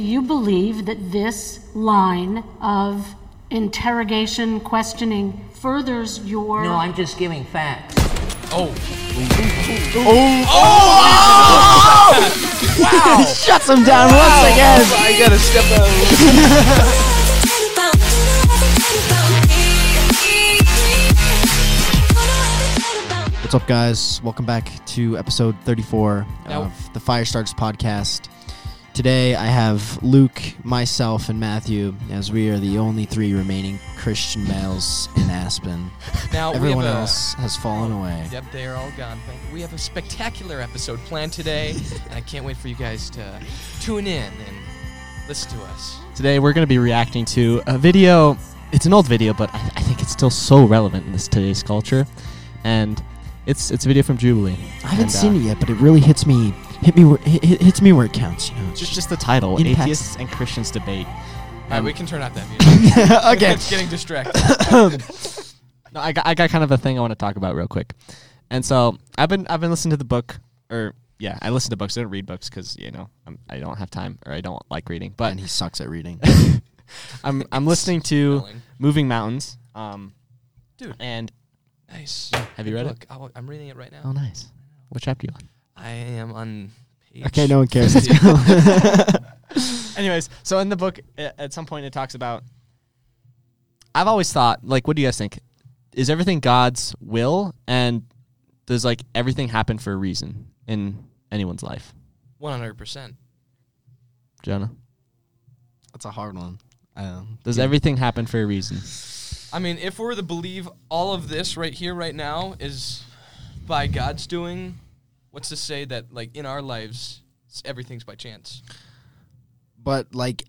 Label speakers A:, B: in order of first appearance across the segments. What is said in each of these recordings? A: you believe that this line of interrogation, questioning furthers your?
B: No, I'm just giving facts.
C: Oh.
D: Oh.
A: Oh.
E: Shuts him down once again.
F: Oh
D: I gotta step out.
E: What's up, guys? Welcome back to episode 34 of the Fire Starts podcast. Today, I have Luke, myself, and Matthew, as we are the only three remaining Christian males in Aspen.
D: Now
E: Everyone
D: we have a,
E: else has fallen away.
D: Yep, they are all gone. Thank you. We have a spectacular episode planned today, and I can't wait for you guys to tune in and listen to us.
F: Today we're going to be reacting to a video. It's an old video, but I, I think it's still so relevant in this today's culture. And it's it's a video from Jubilee.
E: I haven't
F: uh,
E: seen it yet, but it really hits me. Hit me. Where, hit, hit- hits me where it counts. You know.
F: Just just the title:
E: Impacts.
F: Atheists and Christians Debate. Um,
D: All right, we can turn off that music.
E: okay.
D: It's getting distracted.
F: No, I got, I got kind of a thing I want to talk about real quick. And so I've been I've been listening to the book, or yeah, I listen to books. I don't read books because you know I'm, I don't have time or I don't like reading. But
E: And he sucks at reading.
F: I'm I'm listening to
D: Spelling.
F: Moving Mountains. Um,
D: Dude.
F: and
D: Nice.
F: Have you read it?
D: Look, I'll, I'm reading it right now.
F: oh, nice. What chapter you on?
D: I am on. Page
E: Okay, no one cares. Let's
D: 50.
F: Anyways, so in the book, a- at some point, it talks about. I've always thought, like, what do you guys think? Is everything God's will, and does like everything happen for a reason in anyone's life?
D: 100%.
F: Jonah,
E: That's a hard one. Um,
F: does everything happen for a reason?
D: I mean, if we're to believe all of this right here, right now, is by God's doing, what's to say that, like, in our lives, s- everything's by chance?
E: but like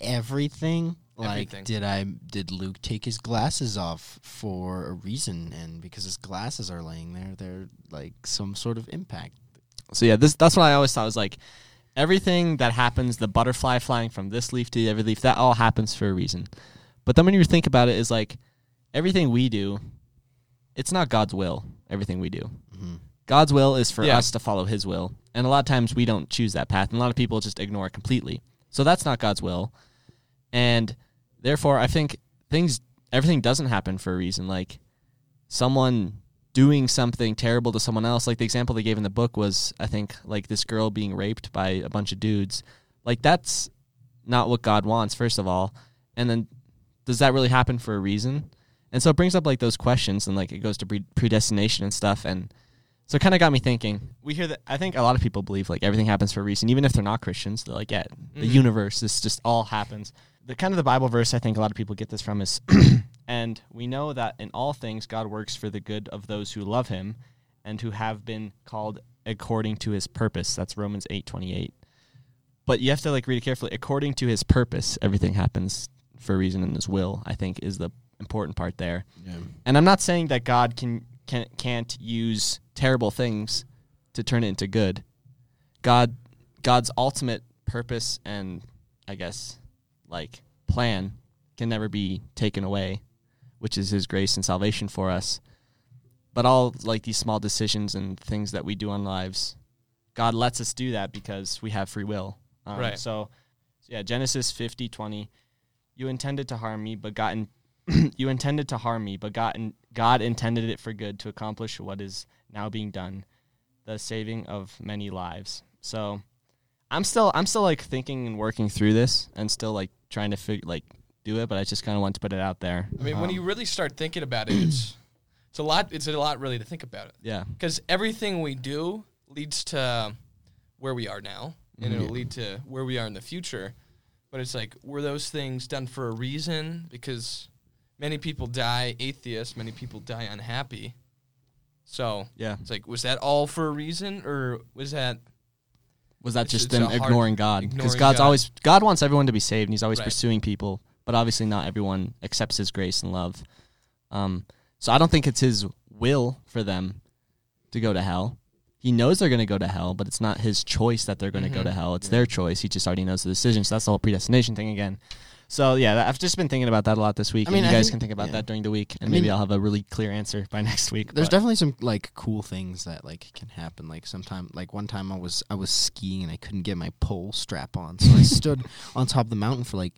E: everything like
D: Everything.
E: did i did luke take his glasses off for a reason and because his glasses are laying there they're like some sort of impact
F: So yeah, this that's what I always thought was like everything that happens, the butterfly flying from this leaf to the other leaf, that all happens for a reason. But then when you think about it, is like everything we do, it's not God's will. Everything we do, God's will is for
D: Yeah.
F: us to follow His will, and a lot of times we don't choose that path, and a lot of people just ignore it completely. So that's not God's will, and therefore I think things, everything doesn't happen for a reason. Like someone doing something terrible to someone else. Like the example they gave in the book was, I think, like this girl being raped by a bunch of dudes. Like that's not what God wants, first of all. And then does that really happen for a reason? And so it brings up like those questions and like it goes to pre- predestination and stuff. And so it kind of got me thinking. We hear that, I think a lot of people believe like everything happens for a reason, even if they're not Christians. They're like, yeah, the universe, this just all happens. The kind of the Bible verse I think a lot of people get this from is, and we know that in all things God works for the good of those who love him and who have been called according to his purpose. That's Romans eight twenty eight but you have to like read it carefully. According to his purpose, everything happens for a reason and his will, I think, is the important part there. And I'm not saying that God can, can can't use terrible things to turn it into good. God God's ultimate purpose and I guess like plan can never be taken away, which is his grace and salvation for us. But all like these small decisions and things that we do on lives, God lets us do that because we have free will. Um,
D: Right.
F: So, yeah, Genesis 50, 20. You intended to harm me, but gotten you intended to harm me, but God, in, God intended it for good to accomplish what is now being done, the saving of many lives. So, I'm still I'm still like thinking and working through this, and still like trying to figure like do it. But I just kind of want to put it out there.
D: I mean, when
F: Um,
D: you really start thinking about it, it's it's a lot. It's a lot really to think about it
F: Yeah,
D: because everything we do leads to where we are now, and
F: Mm-hmm.
D: it'll lead to where we are in the future. But it's like were those things done for a reason? Because many people die atheists, many people die unhappy. So
F: yeah.
D: it's like was that all for a reason, or was that
F: Was that
D: It's-
F: just
D: it's a
F: them
D: hard-
F: ignoring God? Because
D: ignoring
F: God's
D: God.
F: always God wants everyone to be saved, and He's always
D: Right.
F: pursuing people. But obviously, not everyone accepts His grace and love. Um, so I don't think it's His will for them to go to hell. He knows they're going to go to hell, but it's not
E: Mm-hmm.
F: His choice that they're going to go to hell. It's their choice. He just already knows the decision. So that's the whole predestination thing again. So yeah, that, I've just been thinking about that a lot this week.
E: I mean,
F: and
E: I
F: you guys
E: think-
F: can think about
E: yeah.
F: that during the week, and
E: I
F: maybe
E: mean-
F: I'll have a really clear answer by next week.
E: There's
F: but-
E: definitely some like cool things that like can happen. Like sometime, like one time I was I was skiing and I couldn't get my pole strap on, so I stood on top of the mountain for like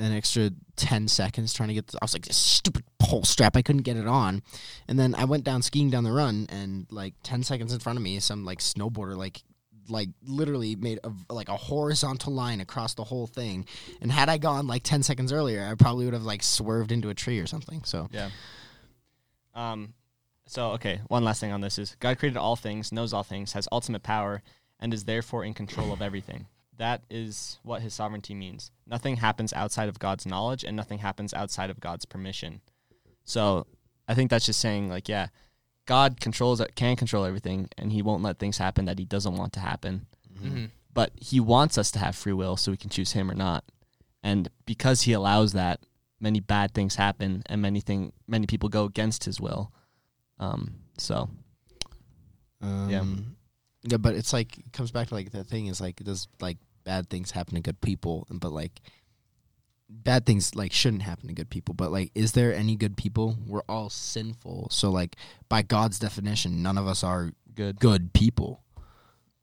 E: an extra ten seconds trying to get. The, I was like this stupid pole strap. I couldn't get it on, and then I went down skiing down the run, and like ten seconds in front of me, some like snowboarder like like literally made a like a horizontal line across the whole thing and had i gone like 10 seconds earlier i probably would have like swerved into a tree or something so
F: Yeah. Um, so okay, one last thing on this is God created all things, knows all things, has ultimate power, and is therefore in control of everything. That is what his sovereignty means. Nothing happens outside of God's knowledge, and nothing happens outside of God's permission. So I think that's just saying like, yeah, God controls can control everything, and He won't let things happen that He doesn't want to happen.
D: Mhm.
F: But He wants us to have free will, so we can choose Him or not. And because He allows that, many bad things happen, and many thing many people go against His will. Um, so
D: Uh.
E: Um,
F: Yeah.
E: Yeah, but it's like it comes back to like the thing is like does like bad things happen to good people, and but like bad things like shouldn't happen to good people. But like, is there any good people? We're all sinful, so like by God's definition, none of us are
F: good.
E: good people.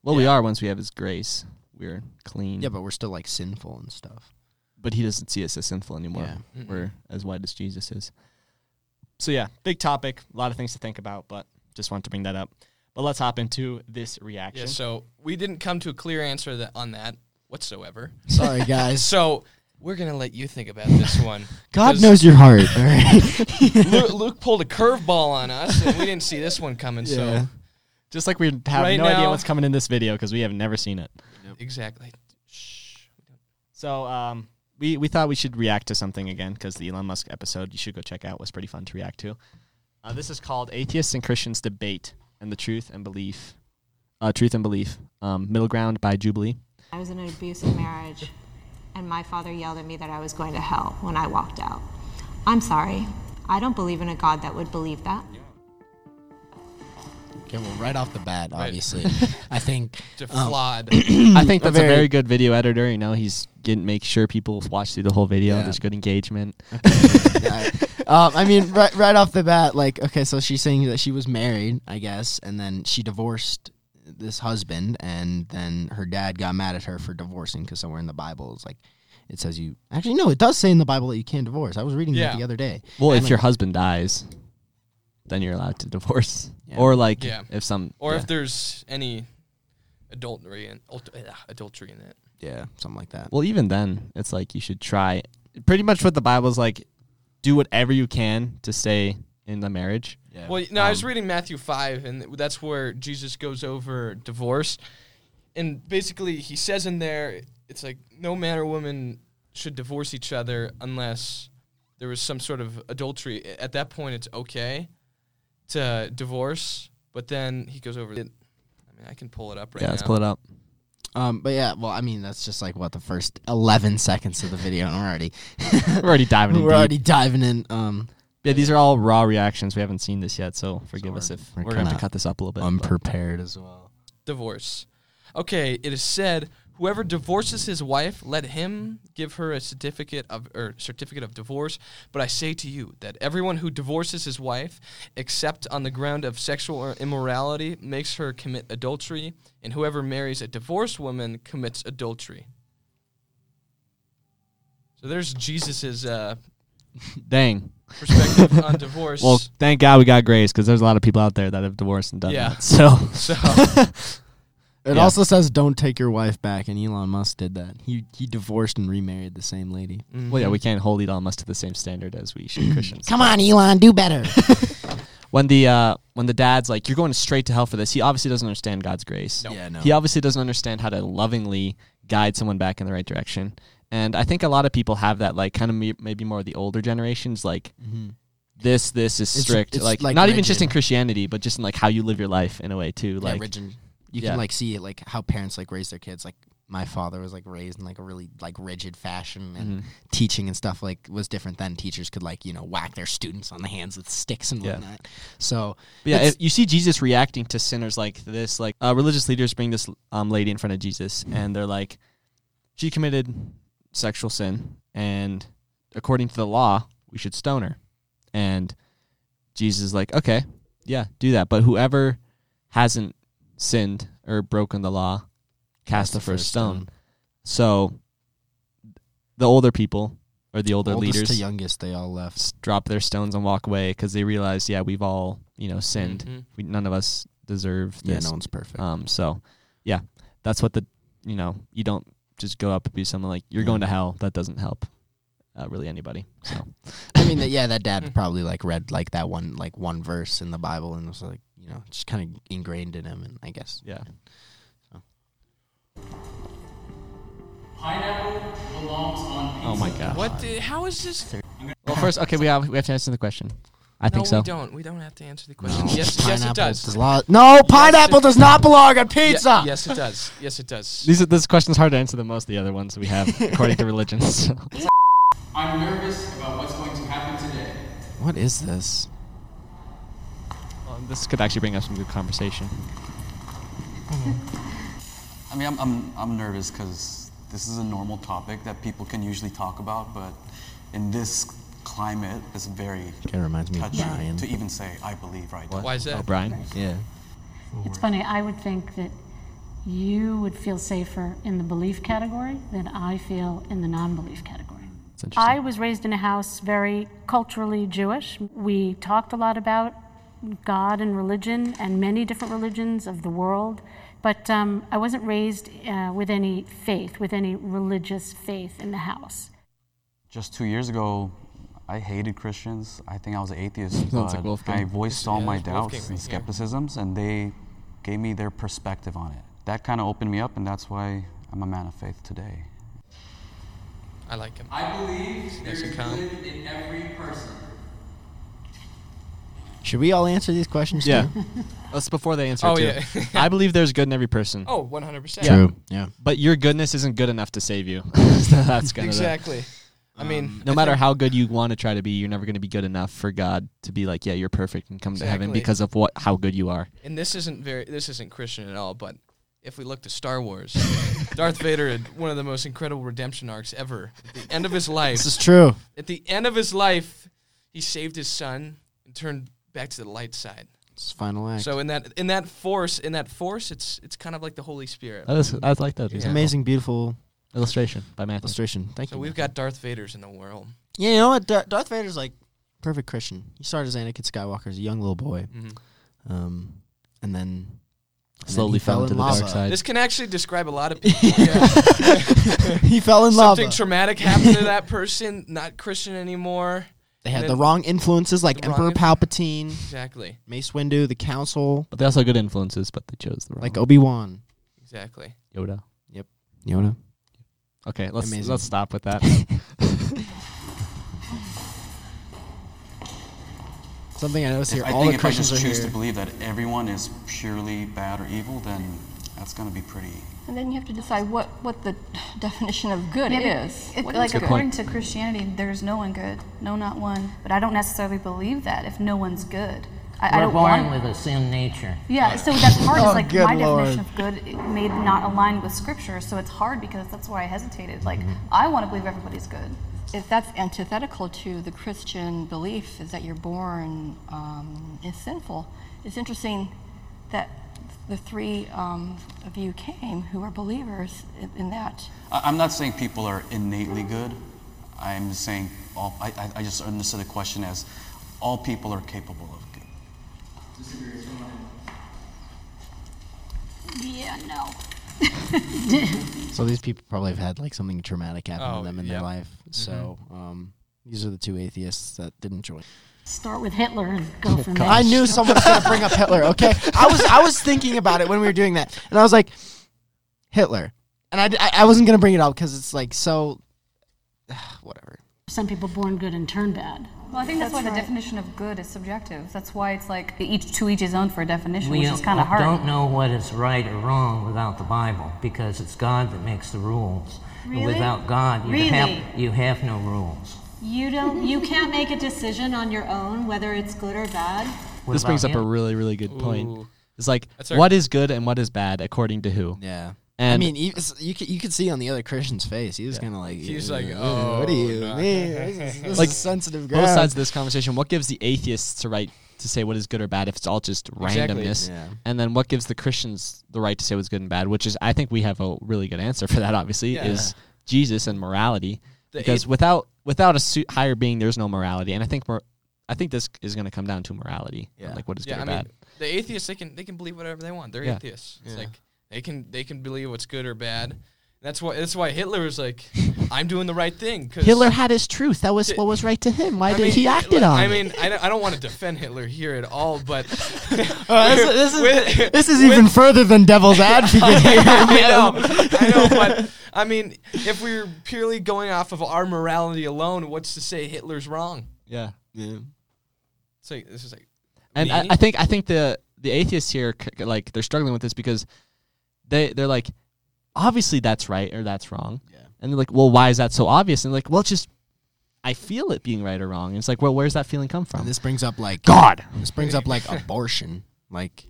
F: Well, we are once we have His grace, we're clean.
E: Yeah, but we're still like sinful and stuff.
F: but He doesn't see us as sinful anymore.
E: Yeah.
D: Mhm.
F: We're as white as Jesus is. So yeah, big topic, a lot of things to think about, but just wanted to bring that up. But let's hop into this reaction.
D: Yeah, so we didn't come to a clear answer that on that whatsoever.
E: Sorry, guys.
D: So we're gonna let you think about this one.
E: God
D: 'Cause
E: knows your heart. All right.
D: Luke, Luke pulled a curveball on us, and we didn't see this one coming.
E: Yeah.
F: Just like we have
D: Right
F: no idea
D: now-
F: what's coming in this video because we have never seen it.
D: So exactly. Shh.
F: So um, we we thought we should react to something again because the Elon Musk episode you should go check out was pretty fun to react to. Uh, this is called "Atheists and Christians Debate and the Truth and Belief," uh, "Truth and Belief," um, "Middle Ground" by Jubilee.
B: I was in an abusive marriage, and my father yelled at me that I was going to hell when I walked out. I'm sorry. I don't believe in a God that would believe that.
E: okay, well, right off the bat, obviously, I think
D: To
E: um,
D: flawed.
F: I think
E: That's
F: that's
E: a
F: a
E: very
F: very good video editor. You know, he's getting make sure people watch through the whole video.
E: Yeah.
F: There's good engagement.
E: Yeah. um, I mean, right, right off the bat, like, okay, so she's saying that she was married, I guess, and then she divorced this husband, and then her dad got mad at her for divorcing because somewhere in the Bible it's like, it says you actually no, it does say in the Bible that you can't divorce. I was reading
D: Yeah.
E: that the other day.
F: Well,
E: And
F: if
E: like-
F: your husband dies, then you're allowed to divorce,
E: Yeah.
F: or like
D: Yeah.
F: if some
D: Or
F: yeah.
D: if there's any adultery in ult- uh, adultery in it.
E: yeah, something like that.
F: Well, even then, it's like you should try. Pretty much what the Bible's like: do whatever you can to stay in the marriage.
E: Yeah.
D: Well, no, I was
F: Um,
D: reading Matthew five, and that's where Jesus goes over divorce, and basically he says in there, it's like no man or woman should divorce each other unless there was some sort of adultery. A- At that point, it's okay to divorce, but then he goes over. It. I mean, I can pull it up right
F: yeah,
D: now.
F: let's pull it up.
E: um, but yeah, well, I mean, that's just like what the first eleven seconds of the video, and we're already
F: We're already diving in.
E: we're
F: deep.
E: already diving in. Um,
F: yeah, these are all raw reactions. We haven't seen this yet, so forgive us if
E: we're
F: we're, gonna have
E: kinda
F: to cut this up a little bit. but-
E: unprepared as well.
D: divorce. Okay, it is said, whoever divorces his wife, let him give her a certificate of or certificate of divorce. But I say to you that everyone who divorces his wife, except on the ground of sexual or immorality, makes her commit adultery, and whoever marries a divorced woman commits adultery. So there's Jesus's uh,
F: Dang.
D: perspective on divorce.
F: Well, thank God we got grace because there's a lot of people out there that have divorced and done
D: Yeah.
F: that. So
D: so
E: It
F: Yeah.
E: also says don't take your wife back, and Elon Musk did that. He he divorced and remarried the same lady.
F: Well, yeah, we can't hold Elon Musk to the same standard as we should Christians.
E: Come on, Elon, do better.
F: When the uh, when the dad's like, "You're going straight to hell for this," he obviously doesn't understand God's grace.
D: No.
E: Yeah, no.
F: He obviously doesn't understand how to lovingly guide someone back in the right direction. And I think a lot of people have that, like, kind of me- maybe more the older generations, like
E: Mm-hmm.
F: this, this is
E: It's-
F: strict,
E: it's,
F: like,
E: like,
F: not even just in
E: rigid.
F: Christianity, but just in like how you live your life in a way too,
E: like
F: like
E: origin. You
F: Yeah.
E: can like see it, like how parents like raise their kids. Like my father was like raised in like a really like rigid fashion, and
F: Mm-hmm.
E: teaching and stuff like was different then. Teachers could like you know whack their students on the hands with sticks and
F: Yeah.
E: whatnot. So
F: But yeah,
E: it's-
F: if you see Jesus reacting to sinners like this. Like uh, religious leaders bring this um, lady in front of Jesus, and they're like, "She committed sexual sin, and according to the law, we should stone her. And Jesus is like, okay, yeah, do that. But whoever hasn't sinned or broken the law, cast the first stone. So the older people or the older
E: Oldest
F: leaders
E: to youngest, they all left.
F: s- drop their stones and walk away because they realize, yeah, we've all you know sinned.
D: Mhm.
F: We, none of us deserve
E: Yeah,
F: this.
E: no one's perfect.
F: Um, so yeah, that's what the you know you don't just go up and be someone like you're
E: Yeah.
F: going to hell. That doesn't help uh, really anybody. So
E: I mean, that, yeah, that
D: Mm-hmm.
E: dad probably like read like that one like one verse in the Bible and was like, you know, just kind of ingrained in him. And I guess
F: yeah,
G: Pineapple belongs on pizza.
F: oh my gosh.
D: What? The, how is this?
F: Well, first, okay, we have we have to answer the question. I
D: no,
F: think so.
D: we don't. We don't have to answer the question. Yes, yes,
E: Pineapple
D: it does.
E: does lo- no, pineapple does not belong on
D: Ye-
E: pizza.
D: yes, it does. Yes, it does.
F: These are, this question's hard to answer than most of the other ones we have according to religion. So.
G: I'm nervous about what's going to happen today.
E: What is this?
F: Um, this could actually bring up some good conversation.
H: I mean, I'm, I'm, I'm nervous because this is a normal topic that people can usually talk about, but in this climate, it's very
E: Kind of reminds me of
H: touchy
E: Brian.
H: to even say, I believe right now.
D: Why is that?
F: O'Brien.
E: Yeah.
A: It's funny, I would think that you would feel safer in the belief category than I feel in the non belief category.
F: It's interesting.
A: I was raised in a house very culturally Jewish. We talked a lot about God and religion and many different religions of the world, but um, I wasn't raised uh, with any faith, with any religious faith in the house.
H: Just two years ago, I hated Christians. I think I was an atheist.
F: Sounds like
H: but
F: Wolfgang.
H: I voiced all
D: Yeah,
H: my
D: that's
H: doubts
D: Wolfgang
H: and
D: right here.
H: skepticisms, and they gave me their perspective on it. That kind of opened me up, and that's why I'm a man of faith today.
D: I like him.
G: I believe there
D: Nice
G: is
D: and calm.
G: good in every person.
E: Should we all answer these questions?
F: Yeah.
E: too?
F: That's before they answer
D: Oh,
F: too.
D: yeah.
F: I believe there's good in every person.
D: Oh, 100 percent.
E: True. Yeah.
F: But your goodness isn't good enough to save you. So that's kind
D: Exactly. I mean,
F: No matter how good you want to try to be, you're never going to be good enough for God to be like, yeah, you're perfect and come to heaven
D: Exactly.
F: because of what how good you are.
D: and this isn't very this isn't Christian at all, but if we look to Star Wars, Darth Vader had one of the most incredible redemption arcs ever. At the end of his life,
E: This is true.
D: at the end of his life, he saved his son and turned back to the light side.
E: It's final act.
D: So in that in that force, in that force, it's it's kind of like the Holy Spirit.
F: That is, I like that
D: It's
E: it's
D: Yeah.
E: amazing, beautiful
F: illustration by Matthew.
E: illustration. Thank
D: So
E: you.
D: we've got Darth Vader's in the world.
E: Yeah, you know what? Dar- Darth Vader's like perfect Christian. He started as Anakin Skywalker as a young little boy,
D: Mhm.
E: um, and then and then
F: Slowly
E: he
F: fell into
E: in
F: the
E: lava.
F: dark side.
D: This can actually describe a lot of people. Yeah.
E: he fell in love.
D: Something traumatic happened to that person. Not Christian anymore.
E: They had
D: and
E: the
D: it-
E: wrong influences, like
D: the wrong
E: Emperor
D: inf-
E: Palpatine,
D: Exactly.
E: Mace Windu, the Council,
F: but they also have good influences, but they chose the wrong
E: like Obi Wan,
D: Exactly.
F: Yoda.
E: Yoda.
F: Okay, let's
E: Amazing.
F: let's stop with that.
E: Something I notice here.
H: I
E: all
H: think
E: the
H: if I
E: questions
H: just
E: are
H: choose
E: here.
H: to believe that everyone is purely bad or evil, then that's going to be pretty
I: And then you have to decide what, what the definition of good
J: Maybe
I: is.
J: It,
I: What
J: like
I: is good?
J: according to Christianity, there's no one good, no, not one. But I don't necessarily believe that if no one's good, I, I
K: We're
J: don't
K: born
J: want.
K: with a sin nature.
J: yeah, so that part
E: Oh,
J: is like
E: good
J: my
E: Lord.
J: definition of good it may not align with Scripture, so it's hard because that's why I hesitated. Like I want to believe everybody's good.
I: If that's antithetical to the Christian belief is that you're born um, is sinful, it's interesting that the three um, of you came who are believers in, in that.
H: I- I'm not saying people are innately good. I'm just saying all, I, I- I just understood the question as all people are capable of good.
J: Yeah, no.
E: So these people probably have had like something traumatic happen
D: Oh, Mm-hmm.
E: to them in
D: yeah.
E: their life. So um, these are the two atheists that didn't join.
A: Start with Hitler and go from there.
E: I knew someone was going to bring up Hitler. Okay, I was I was thinking about it when we were doing that, and I was like, Hitler, and I, d- I- I wasn't going to bring it up because it's like so, whatever.
A: Some people born good and turn bad.
J: Well, I think that's,
I: That's
J: why
I: right.
J: the definition of good is subjective. That's why it's like each to each his own for a definition,
K: We
J: which is kind
K: don't-
J: of hard.
K: don't know what is right or wrong without the Bible because it's God that makes the rules. And
J: Really?
K: Without God, you
L: Really?
K: have you have no rules.
L: You don't. You can't make a decision on your own whether it's good or bad.
K: What
F: this
K: about
F: brings up
K: you?
F: a really really good point.
D: Ooh.
F: It's like
D: That's our-
F: what is good and what is bad according to who?
E: Yeah, I
F: And-
E: mean, you, you could you could see on the other Christian's face. He was kind of like,
D: He's
E: "Ew,
D: like,
E: ew,
D: "Oh,
E: what are you,
D: no."
E: man? This is, this
D: Like,
E: is sensitive
F: both
E: ground."
F: sides of this conversation. What gives the atheists the right to say what is good or bad if it's all just
D: Exactly.
F: randomness?
D: Yeah.
F: And then what gives the Christians the right to say what's good and bad? Which is, I think we have a really good answer for that. Obviously,
D: Yeah.
F: is Jesus and morality.
D: The
F: because
D: ath-
F: without without a su- higher being, there's no morality. And I think mor- I think this is going to come down to morality. and, Like what is
D: yeah,
F: good
D: I
F: or
D: mean,
F: bad.
D: the atheists they can they can believe whatever they want. They're
F: Yeah.
D: atheists. It's
F: Yeah.
D: like they can they can believe what's good or bad. That's why that's why Hitler was like, I'm doing the right thing. 'cause-
F: Hitler had his truth. That was what was right to him. Why
D: I
F: did
D: mean,
F: he acted
D: like,
F: on?
D: I
F: it?
D: mean, I don't, I don't want to defend Hitler here at all, but
E: this Oh, is- this is even further than devil's advocate here,
D: I
E: man.
D: know, I know, but I mean, if we we're purely going off of our morality alone, what's to say Hitler's wrong?
F: Yeah.
E: Yeah.
D: It's like this is like,
F: and I,
D: me?
F: I think I think the the atheists here c- c- like they're struggling with this because they they're like obviously that's right or that's wrong yeah. and they're like well why is that so obvious and like well it's just I feel it being right or wrong and it's like well where's that feeling come from
E: And this brings up like
F: God.
E: This brings up like abortion. Like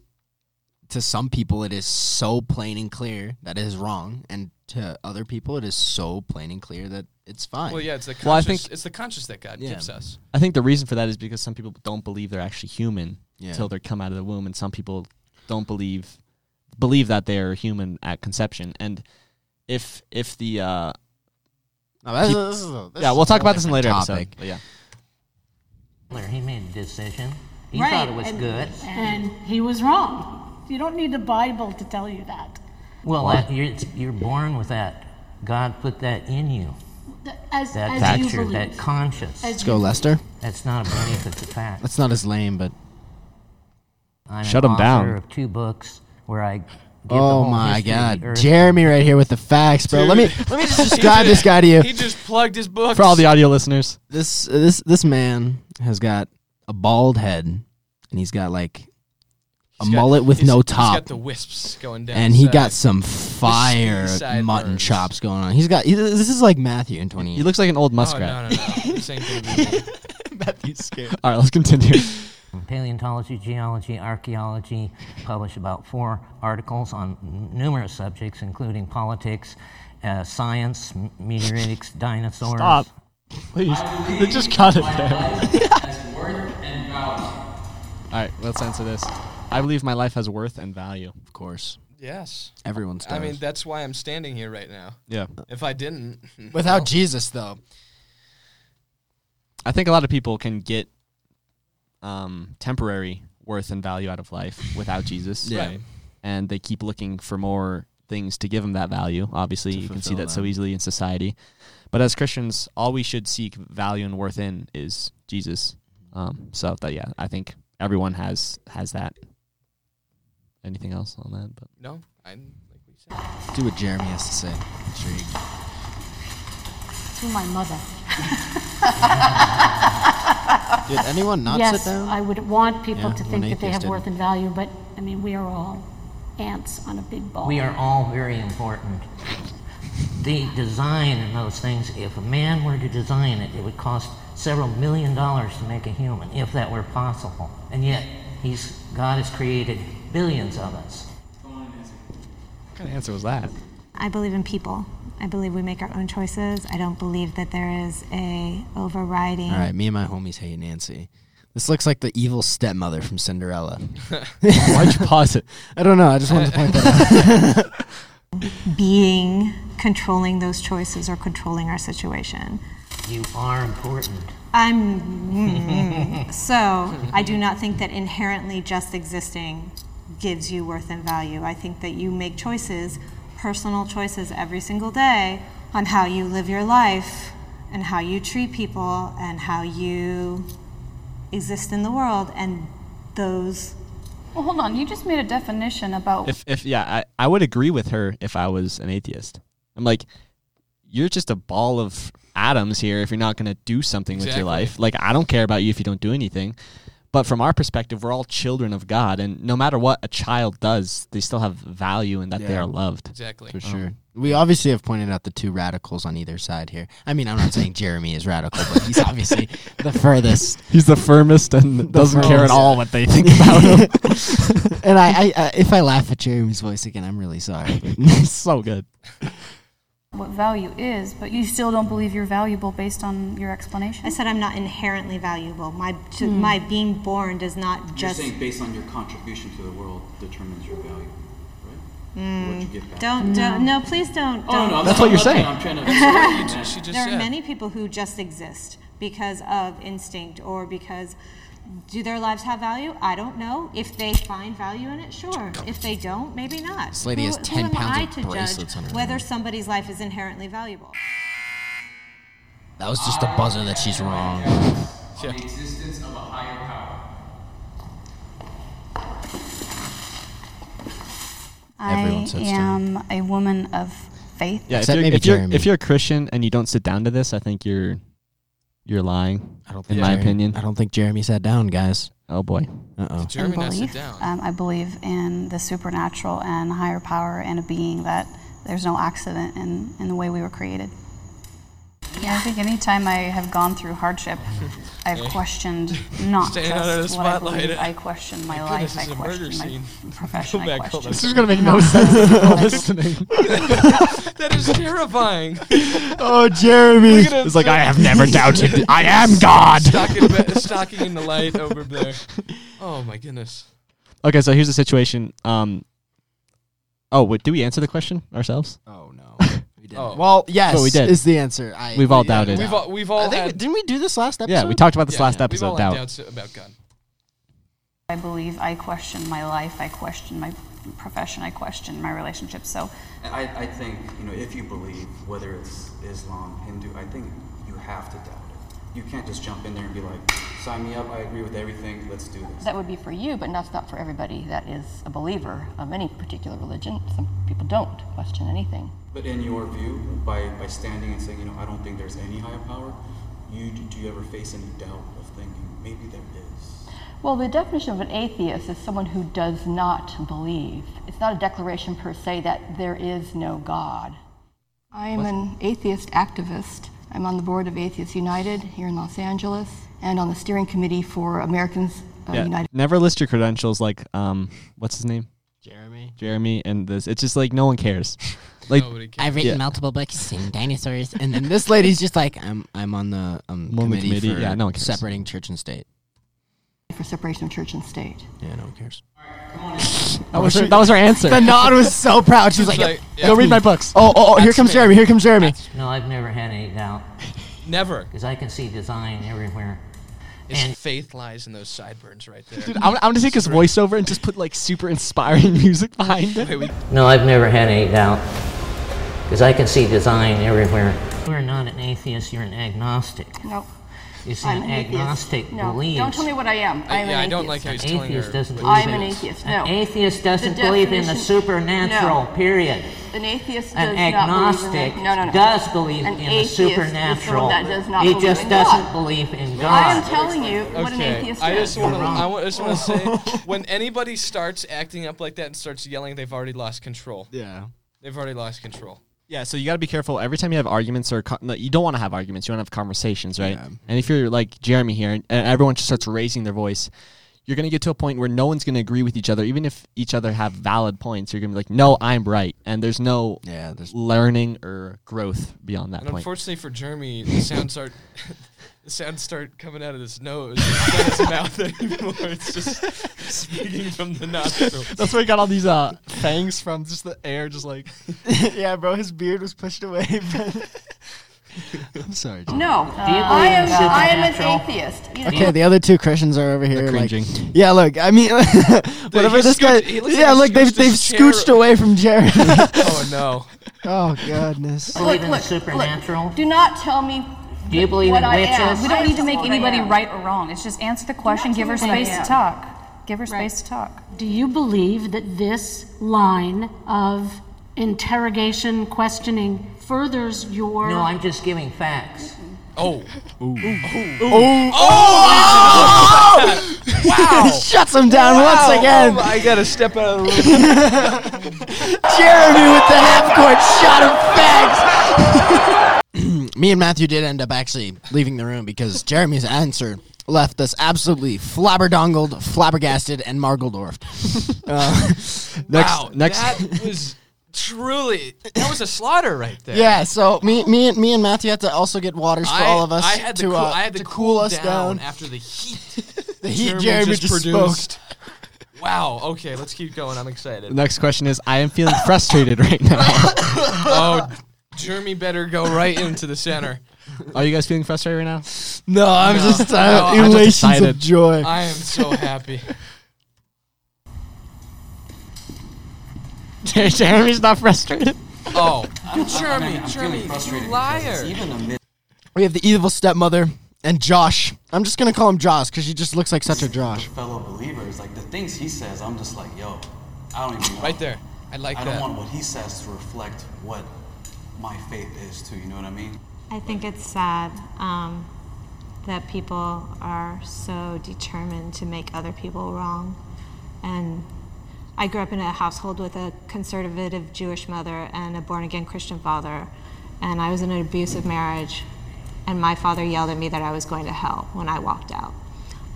E: to some people, it is so plain and clear that it is wrong, and to other people, it is so plain and clear that it's fine.
D: well, yeah, it's the conscious,
F: Well, I think-
D: it's the conscious that God
E: Yeah.
D: gives us.
F: I think the reason for that is because some people don't believe they're actually human
E: Yeah.
F: until they come out of the womb, and some people don't believe believe that they are human at conception. And if if the uh,
E: No, that's-
F: peop-
E: this is a- this
F: yeah,
E: is
F: we'll
E: a
F: talk
E: whole
F: about this in a later
E: different
F: episode.
E: topic.
F: But yeah,
K: Hitler, he made a decision. He
L: right.
K: thought it was
L: and,
K: good.
L: And he was wrong. You don't need the Bible to tell you that.
K: Well, that, you're, it's- you're born with that. God put that in you.
L: Th- As,
K: That
L: as you
K: factor,
L: believe.
K: that conscience.
L: As
E: Let's go, Lester.
K: That's not a belief, it's a fact.
E: That's not as lame, but
K: I'm
E: Shut
K: an
E: 'em down.
K: author Of two books where I. Give the
E: oh
K: whole
E: my
K: history of the
E: God,
K: earth.
E: Jeremy, right here with the facts, bro. Let me
D: Dude.
E: let me
D: He
E: just describe
D: just-
E: this guy to you.
D: He just plugged his books
F: for all the audio listeners,
E: This uh, this this man has got a bald head, and he's got like a
D: He's got-
E: mullet with
D: he's-
E: no
D: he's got
E: top.
D: the wisps going down,
E: and he
D: side.
E: got some
D: The
E: fire
D: side
E: mutton
D: burns.
E: chops going on. He's got he- this is like Matthew in twenty.
F: he looks like an old
D: Oh,
F: muskrat.
D: no, no, no. This ain't gonna be me.
E: Matthew's scared.
F: All right, let's continue.
K: Paleontology, geology, archaeology, published about four articles on n- numerous subjects, including politics, uh, science, m- meteoritics, dinosaurs.
F: Stop. Please, they just cut it there. All right, let's answer this. I believe my life has worth and value.
E: Of course,
D: Yes.
E: everyone's.
D: I mean, that's why I'm standing here right now.
F: Yeah.
D: If I didn't,
E: without Jesus though,
F: I think a lot of people can get um, temporary worth and value out of life without Jesus.
E: Yeah. Right.
F: And they keep looking for more things to give them that value. Obviously,
E: To
F: you can see
E: fulfill
F: that so
E: them.
F: easily in society. But as Christians, all we should seek value and worth in is Jesus. Um, so that yeah, I think everyone has has that. Anything else on that? But
D: no, I'm like we said.
E: do what Jeremy has to say. Sure you-
A: To my mother.
E: Did anyone not
A: yes,
E: sit down?
A: I would want people
E: Yeah,
A: to
E: one
A: think that they
E: atheist
A: have
E: didn't.
A: worth and value, but I mean, we are all ants on a big ball.
K: We are all very important. The design in those things, if a man were to design it, it would cost several million dollars to make a human, if that were possible. And yet, he's, God has created billions of us.
F: what kind of answer was that?
M: I believe in people. I believe we make our own choices. I don't believe that there is a overriding.
E: All right, me and my homies hate Nancy. This looks like the evil stepmother from Cinderella.
F: Why'd you pause it?
E: I don't know. I just wanted to point that out.
M: being controlling those choices or controlling our situation.
K: You are important.
M: I'm mm, so I do not think that inherently just existing gives you worth and value. I think that you make choices, personal choices every single day on how you live your life and how you treat people and how you exist in the world and those
J: Well, hold on. You just made a definition about
F: if if yeah, I, I would agree with her if I was an atheist. I'm like, you're just a ball of atoms here if you're not gonna do something with
D: Exactly.
F: your life. Like I don't care about you if you don't do anything. But from our perspective, we're all children of God, and no matter what a child does, they still have value and that they
E: Yeah.
F: are loved.
D: Exactly.
E: For sure. We obviously have pointed out the two radicals on either side here. I mean, I'm not saying Jeremy is radical, but he's obviously the furthest.
F: He's the firmest and doesn't care at
E: furthest.
F: all what they think about him.
E: and I, I, I, if I laugh at Jeremy's voice again, I'm really sorry.
F: It's so good.
J: what value is, but you still don't believe you're valuable based on your explanation.
M: I said I'm not inherently valuable. My to,
J: Hmm.
M: my being born does not
H: You're
M: just.
H: saying based on your contribution to the world determines your value, right? What you get back.
M: Mm, Don't don't no. Please don't.
H: Oh,
M: don't.
H: no, I'm That's not- what you're I'm saying. trying- I'm trying to- That's what you ju- she just
M: there
H: said.
M: are many people who just exist because of instinct or because. Do their lives have value? I don't know. If they find value in it, sure. If they don't, maybe not.
E: This lady
M: who,
E: has
M: who
E: 10
M: am
E: pounds
M: I
E: of
M: to
E: bracelets
M: judge
E: on her
M: whether
E: arm.
M: somebody's life is inherently valuable?
E: That was just a buzzer that she's wrong.
G: On the existence of a higher power.
J: I
F: Everyone says to
J: am a woman of faith.
F: Yeah, if you're, if, you're, if you're a Christian and you don't sit down to this, I think you're you're lying. I don't
E: think
F: in my
E: Jeremy-
F: opinion.
E: I don't think Jeremy sat down, guys.
F: Oh boy.
E: Uh oh.
J: in belief. Um, I believe in the supernatural and higher power and a being that there's no accident in, in the way we were created. Yeah, I think anytime I have gone through hardship, I've
I: Yeah.
J: questioned not
I: Staying
J: just
I: out of the
J: what I
I: spotlight.
J: believe. I questioned my
I: My
J: life.
I: goodness,
J: I
I: this is a murder
J: questioned my
I: scene.
J: profession.
I: Go
J: I
I: back, hold
J: questioned
I: on. This is gonna make no sense to people listening.
D: that is terrifying.
E: Oh, Jeremy.
D: Look at him.
E: It's like, I have never doubted. th- I am God.
D: Stocking, ba- stocking in the light over there. Oh my goodness.
F: Okay, so here's the situation. Um, oh, wait, do we answer the question ourselves?
E: Oh no, we
D: didn't. Oh.
E: Well, yes,
F: But we did.
E: is the answer. I,
F: We've all
E: yeah,
F: doubted.
D: We've all we've all
E: I think
D: had,
E: didn't we do this last episode?
F: Yeah, we talked about this
D: Yeah,
F: last
D: yeah,
F: episode.
D: We've all
F: doubt.
D: had doubts about God.
J: I believe I questioned my life. I questioned my profession. I questioned my relationships. So
H: And I, I think, you know, if you believe, whether it's Islam, Hindu, I think you have to doubt it. You can't just jump in there and be like, sign me up, I agree with everything, let's do this.
I: That would be for you, but that's not for everybody that is a believer of any particular religion. Some people don't question anything.
H: But in your view, by, by standing and saying, you know, I don't think there's any higher power, you do you ever face any doubt of thinking, maybe there is?
I: Well, the definition of an atheist is someone who does not believe. It's not a declaration per se that there is no God. I am an atheist activist. I'm on the board of Atheists United here in Los Angeles and on the steering committee for Americans uh,
F: Yeah,
I: United.
F: Never list your credentials like um, what's his name?
E: Jeremy.
F: Jeremy and this. It's just like no one cares. Like
N: I've written
F: yeah.
N: multiple books and dinosaurs,
E: And then this lady's just like, I'm, I'm on the um,
F: I'm on the
E: committee,
F: committee,
E: for
F: yeah, no one cares.
E: separating church and state.
I: for separation of church and state.
E: Yeah, no one cares.
F: That was her- that was her answer.
E: The nod was so proud. She was like,
F: Like,
E: "Go read my books." Oh, oh, oh here
F: That's
E: comes
F: me.
E: Jeremy. Here comes Jeremy.
K: No, I've never had any doubt.
D: Never.
K: Because I can see design everywhere.
D: His
K: And-
D: faith lies in those sideburns right there.
F: Dude, I'm, I'm gonna take his voiceover and just put like super inspiring music behind it.
K: No, I've never had any doubt. Because I can see design everywhere. You're not an atheist, you're an agnostic.
I: Nope.
K: You see,
I: I'm
K: an,
I: an atheist.
K: agnostic
I: No,
K: believes.
I: don't tell me what I am.
D: I-
I: I'm an
D: yeah, I don't
I: atheist.
D: like how
K: An
D: he's telling
K: atheist
D: her.
K: doesn't believe
I: I'm
K: in-
I: an atheist. No.
K: An atheist doesn't
I: The
K: believe in the
I: definition-
K: supernatural,
I: No.
K: period.
I: An atheist
K: An
I: does not believe in
K: agnostic
I: the- no, no, no.
K: does believe
I: An
K: in the
I: atheist is someone
K: supernatural.
I: that does not
K: He
I: believe
K: just
I: in
K: doesn't
I: God.
K: believe in
I: I am
K: God.
I: telling you what an
D: Okay,
I: atheist
D: I
I: is.
D: just want to.
K: You're wrong.
D: I wa- I just want to say, when anybody starts acting up like that and starts yelling, they've already lost control.
F: Yeah.
D: They've already lost control.
F: Yeah, so you got to be careful every time you have arguments or con- no, you don't want to have arguments. You want to have conversations, right? And if you're like Jeremy here, and, and everyone just starts raising their voice, you're gonna get to a point where no one's gonna agree with each other, even if each other have valid points. You're gonna be like, "No, I'm right," and there's no
E: yeah,
F: learning or growth beyond that
D: And
F: point.
D: unfortunately for Jeremy, the sounds start the sounds start coming out of his nose, not his mouth anymore. It's just speaking from the nostril.
F: That's where he got all these uh, fangs from, just the air, just like.
E: yeah, bro, his beard was pushed away. I'm sorry.
I: No, Uh,
E: Do you
I: I am.
E: believe in
I: I am an
E: supernatural?
I: atheist. You
E: Okay, the other two Christians are over here. Like,
F: cringing.
E: yeah, look, I mean, whatever
D: he
E: this guy.
D: scooched- he looks like
E: yeah,
D: he
E: look, they've
D: scooched his
E: they've
D: chair-
E: scooched away from Jeremy.
D: oh no.
E: Oh goodness.
K: Believe in the
I: look,
K: supernatural.
I: do not tell me.
K: Do you believe
I: what
K: in
I: I
K: witches?
I: am.
J: we don't
I: I
J: need to
I: am
J: make
I: what I
J: anybody
I: am.
J: right or wrong. It's just answer the question, give her
I: tell me
J: space
I: what I
J: to
I: am.
J: talk. Give her space to talk.
A: Do you believe that this line of interrogation, questioning furthers your?
K: No, I'm just giving facts.
D: Oh. Ooh.
E: Oh. Oh.
D: Wow.
E: Shuts him down
D: Wow.
E: once again.
D: Oh, I gotta step out of the room.
E: Jeremy with the half court shot of
D: Um,
E: fags. Me and Matthew did end up actually leaving the room because Jeremy's answer left us absolutely flabberdongled, flabbergasted, and margeldorfed. Uh, next,
D: wow,
E: next.
D: that was truly that was a slaughter right there.
E: Yeah, so me, me, and me and Matthew had to also get waters for
D: I,
E: all of us
D: I had
E: to,
D: to, cool,
E: uh,
D: I had to,
E: to
D: cool,
E: us
D: down,
E: down.
D: after the heat.
E: The heat Jeremy just
D: produced. Wow. Okay, let's keep going. I'm excited.
F: Next question is I am feeling frustrated right now.
D: oh, Jeremy better go right into the center.
F: Are you guys feeling frustrated right now?
E: No, I'm
D: No.
E: just uh,
D: No, I'm just
E: elations of
F: excited.
E: joy.
D: I am so happy.
F: Jeremy's not frustrated.
D: Oh,
H: Jeremy, Jeremy, you liar. Even amid
E: We have the evil stepmother and Josh. I'm just gonna call him Josh because he just looks like such a Josh.
H: fellow believers, like the things he says, I'm just like, yo, I don't even know.
D: Right there. I like
H: I
D: that.
H: don't want what he says to reflect what my faith is too, you know what I mean?
B: I think it's sad um, that people are so determined to make other people wrong. And I grew up in a household with a conservative Jewish mother and a born again Christian father. And I was in an abusive marriage. And my father yelled at me that I was going to hell when I walked out.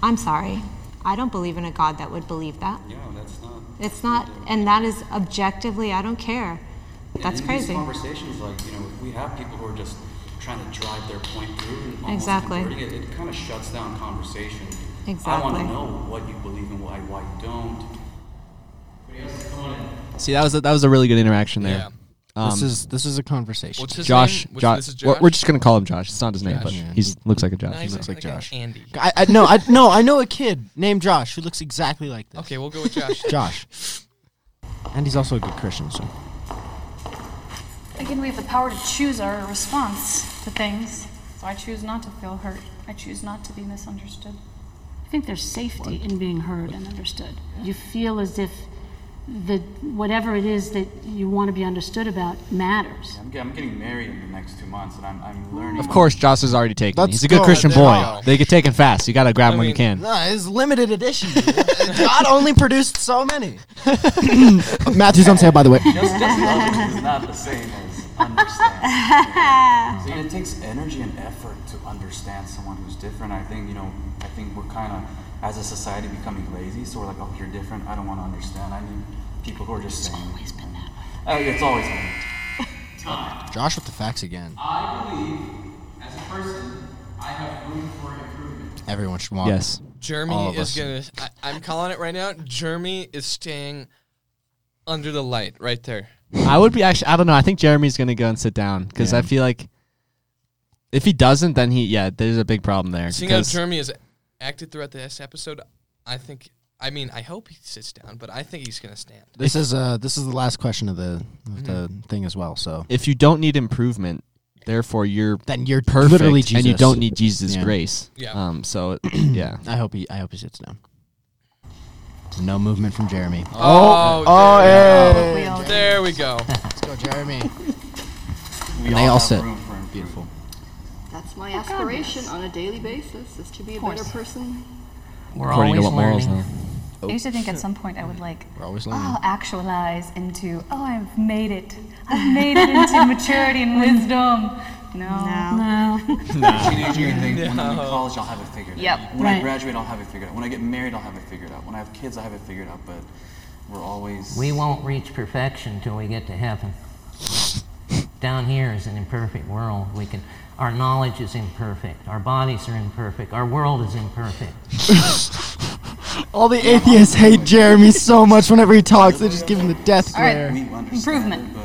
B: I'm sorry. I don't believe in a God that would believe that.
H: Yeah, that's not.
B: It's not, and that is objectively, I don't care.
H: And
B: That's
H: in
B: crazy.
H: These conversations, like you know, if we have people who are just trying to drive their point through and almost
B: Exactly.
H: converting it, it kind of shuts down conversation. I want
B: Exactly.
H: to know what you believe and why why you don't.
F: See, that was a, that was a really good interaction there. Um,
E: this is this is a conversation.
D: What's his
F: Josh.
D: name? What's-
F: Jo-
D: this is
F: we're-
D: Josh?
F: We're just gonna call him Josh. It's not his name, but
E: Yeah.
F: he looks like a Josh.
D: Nice.
E: looks like Josh.
D: Andy.
E: I, I no, I no, I know a kid named Josh who looks exactly like this.
D: Okay, we'll go with Josh.
E: Josh, and he's also a good Christian. So
J: Again, we have the power to choose our response to things. So I choose not to feel hurt. I choose not to be misunderstood.
A: I think there's safety in being heard and understood. You feel as if the whatever it is that you want to be understood about matters.
H: I'm, get- I'm getting married in the next two months, and I'm, I'm learning.
F: Of course, Josh is already taken.
E: Let's
F: He's a good
E: go.
F: Christian
E: There
F: boy.
E: we go.
F: They get taken fast. You gotta grab him when you can.
E: no, it's limited edition. God only produced so many. Uh, Matthew's on sale, by the way.
H: Just, just loving is not the same as understanding. See, and it takes energy and effort to understand someone who's different. I think, you know, I think we're kind of, as a society, becoming lazy. So we're like, oh, you're different. I don't want to understand. I need people who are just saying. It's always been that way. Oh, yeah, it's always been.
E: Josh with the facts again.
G: I believe, as a person, I have room for improvement.
E: Everyone should want.
F: Yes.
G: All
D: Jeremy
G: of
D: is
G: us.
D: gonna. I, I'm calling it right now. Jeremy is staying under the light right there.
F: I would be actually. I don't know. I think Jeremy's gonna go and sit down because I feel like if he doesn't, then he yeah, there's a big problem there.
D: Seeing how
F: because-
D: Jeremy has acted throughout this episode, I think. I mean, I hope he sits down, but I think he's gonna stand.
E: This is uh this is the last question of the of the
D: Mm-hmm.
E: thing as well. So
F: if you don't need improvement, therefore you're
E: Then you're
F: perfect,
E: literally
F: and you
E: Jesus.
F: don't need Jesus'
E: Yeah.
F: grace.
E: Yeah.
F: Um. So yeah.
E: I hope he I hope he sits down. No movement from Jeremy.
D: Oh,
E: yeah.
D: there, we go. there we go.
E: Let's go, Jeremy.
H: We
E: And
H: all
E: they all
H: have
E: sit.
H: room for improvement.
E: Beautiful.
I: That's my aspiration on a daily basis is to be a better person.
K: We're
F: According to
K: always
F: what morals
K: learning.
J: I used to think at some point I would like,
E: We're always learning.
J: oh, actualize into, oh, I've made it. I've made it into maturity and wisdom. No. No.
H: Teenager, you think, when I'm in
D: No.
H: college, I'll have it figured
J: Yep.
H: out. When I
J: Right.
H: graduate, I'll have it figured out. When I get married, I'll have it figured out. When I have kids, I'll have it figured out. But we're always.
K: We won't reach perfection till we get to heaven. Down here is an imperfect world. We can, our knowledge is imperfect. Our bodies are imperfect. Our world is imperfect.
E: All the atheists hate Jeremy so much whenever he talks. They just give him the death
J: All right.
E: stare.
J: Improvement.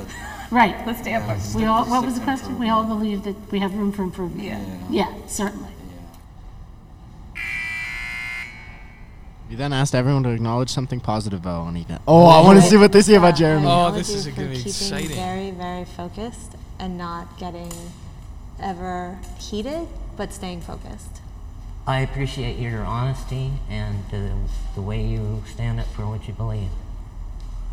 A: Right.
J: Let's stay up.
A: We all. What was the question? We all believe that we have room for improvement. Yeah. Yeah, certainly.
E: We then asked everyone to acknowledge something positive about on Ethan. Oh, I want to see what they say about Jeremy.
D: Oh, this is
B: for
D: gonna be
B: keeping
D: exciting.
B: Very, very focused and not getting ever heated, but staying focused.
K: I appreciate your honesty and uh, the way you stand up for what you believe.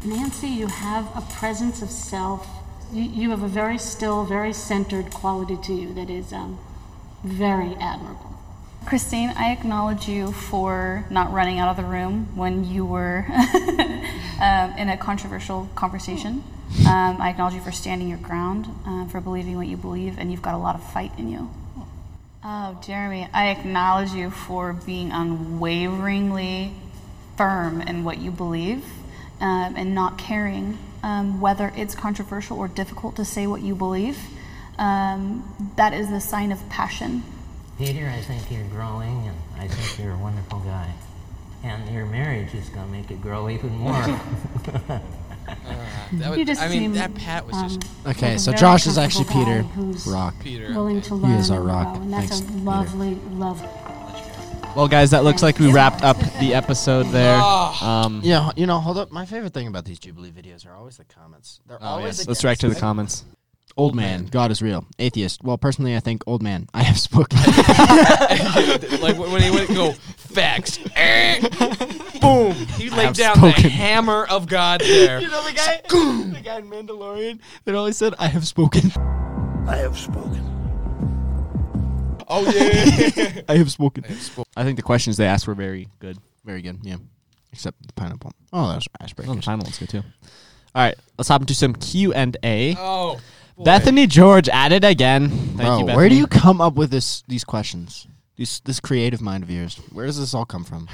A: Nancy, you have a presence of self. You, you have a very still, very centered quality to you that is um, very admirable.
J: Christine, I acknowledge you for not running out of the room when you were um, in a controversial conversation. Um, I acknowledge you for standing your ground, uh, for believing what you believe, and you've got a lot of fight in you. Oh, Jeremy, I acknowledge you for being unwaveringly firm in what you believe um, and not caring um, whether it's controversial or difficult to say what you believe. Um, that is the sign of passion.
K: Peter, I think you're growing, and I think you're a wonderful guy. And your marriage is going to make it grow even more.
D: That Uh, would,
A: You just
D: I mean,
A: seem,
D: that Pat was just.
A: um,
E: Okay,
A: a
E: so
A: very
E: Josh is actually
A: comfortable guy
E: Peter.
A: who's
E: Rock.
D: Peter,
A: Willing to
E: He
A: learn.
E: is our
A: and
E: rock.
A: grow, And that's
E: Thanks,
A: a lovely, lovely.
F: Well, guys, that looks like we wrapped up the episode there.
D: Ah.
F: Um,
E: Yeah, you know, hold up. My favorite thing about these Jubilee videos are always the comments. They're
F: Oh,
E: always
F: yes.
E: the
F: Let's react to the
E: best.
F: comments.
E: Old man, God is real. Atheist. Well, personally, I think old man. I have spoken.
D: like when he went go facts, eh, boom. He
E: I
D: laid
E: have
D: down the
E: spoken.
D: hammer of God there.
E: You know the guy, the guy in Mandalorian that always said, "I have spoken."
N: I have spoken.
D: Oh yeah.
E: I have spoken.
F: I think the questions they asked were very good.
E: Very good. Yeah. Except the pineapple. Oh, that was icebreakers.
F: Oh, the final one's good too. All right, let's hop into some Q and A.
D: Oh, boy.
F: Bethany George at it again. Thank
E: Bro,
F: you, Bethany.
E: where do you come up with this these questions? These, this creative mind of yours. Where does this all come from?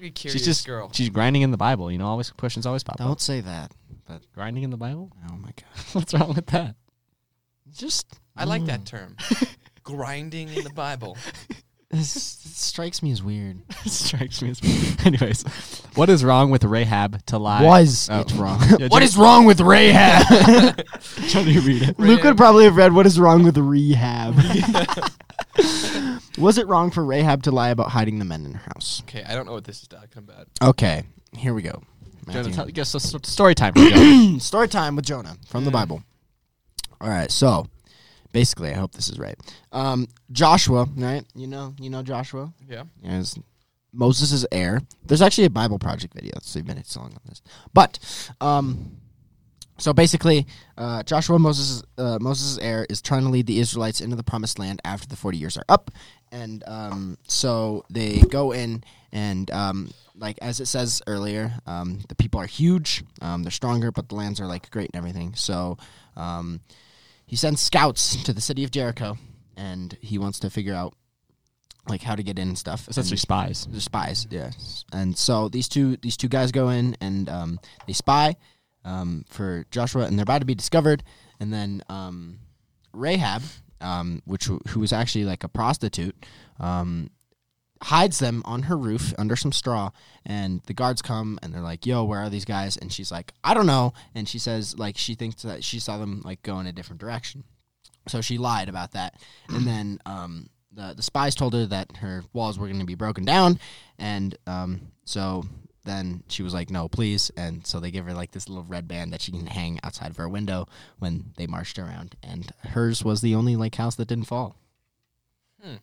D: Be curious,
F: She's just
D: girl.
F: she's grinding in the Bible. You know, always questions always pop up.
E: Don't say that. But
F: Grinding in the Bible.
E: oh my god,
F: What's wrong with that?
E: just mm.
D: I like that term. Grinding in the Bible.
E: this, this strikes me as weird.
F: Strikes me as. Anyways, what is wrong with Rahab to lie?
E: Was
F: Oh.
E: it's wrong?
F: Yeah,
E: what
F: Jer-
E: is wrong with Rahab?
F: Johnny, read it.
E: Luke would probably have read what is wrong with rehab. Was it wrong for Rahab to lie about hiding the men in her house?
D: Okay, I don't know what this is talking about.
E: Okay, here we go.
F: Jonah,
E: Matthew.
F: tell- guess the s- story time. for Jonah.
E: Story time with Jonah from the Bible. All right, so basically, I hope this is right. Um, Joshua, right? You know, you know Joshua.
D: Yeah.
E: Is Moses' heir. There's actually a Bible Project video that's three minutes long on this, but um, so basically, uh, Joshua Moses uh, Moses' heir is trying to lead the Israelites into the Promised Land after the forty years are up, and um, so they go in and um, like as it says earlier, um, the people are huge, um, they're stronger, but the lands are like great and everything. So um, he sends scouts to the city of Jericho, and he wants to figure out like how to get in and stuff.
F: Essentially,
E: And-
F: spies.
E: the spies, yeah. And so these two these two guys go in and um, they spy um, for Joshua, and they're about to be discovered. And then um, Rahab, um, which w- who was actually like a prostitute, um, hides them on her roof under some straw. And the guards come and they're like, "Yo, where are these guys?" And she's like, "I don't know." And she says like she thinks that she saw them like go in a different direction. So she lied about that. And then um, the, the spies told her that her walls were going to be broken down. And um, so then she was like, no, please. And so they give her like this little red band that she can hang outside of her window when they marched around. And hers was the only like house that didn't fall.
D: Hmm.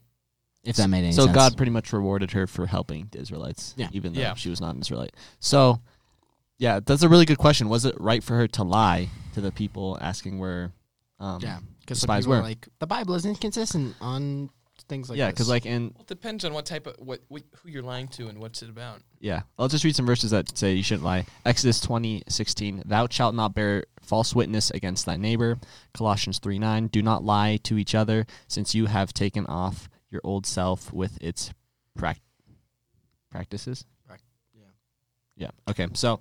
E: If that made any
F: so
E: sense.
F: God pretty much rewarded her for helping the Israelites,
E: Yeah.
F: even though
D: Yeah.
F: she was not an Israelite. So, yeah, that's a really good question. Was it right for her to lie to the people asking where? Um,
E: Yeah. Because
F: spies
E: spies were
F: were.
E: like, the Bible is inconsistent on things like
F: yeah,
E: this.
F: because like in
D: Well, it depends on what type of what, what who you're lying to and what's it about.
F: yeah, I'll just read some verses that say you shouldn't lie. Exodus twenty sixteen, thou shalt not bear false witness against thy neighbor. Colossians three nine, do not lie to each other, since you have taken off your old self with its prac- practices.
E: Prac- yeah.
F: Yeah. Okay. So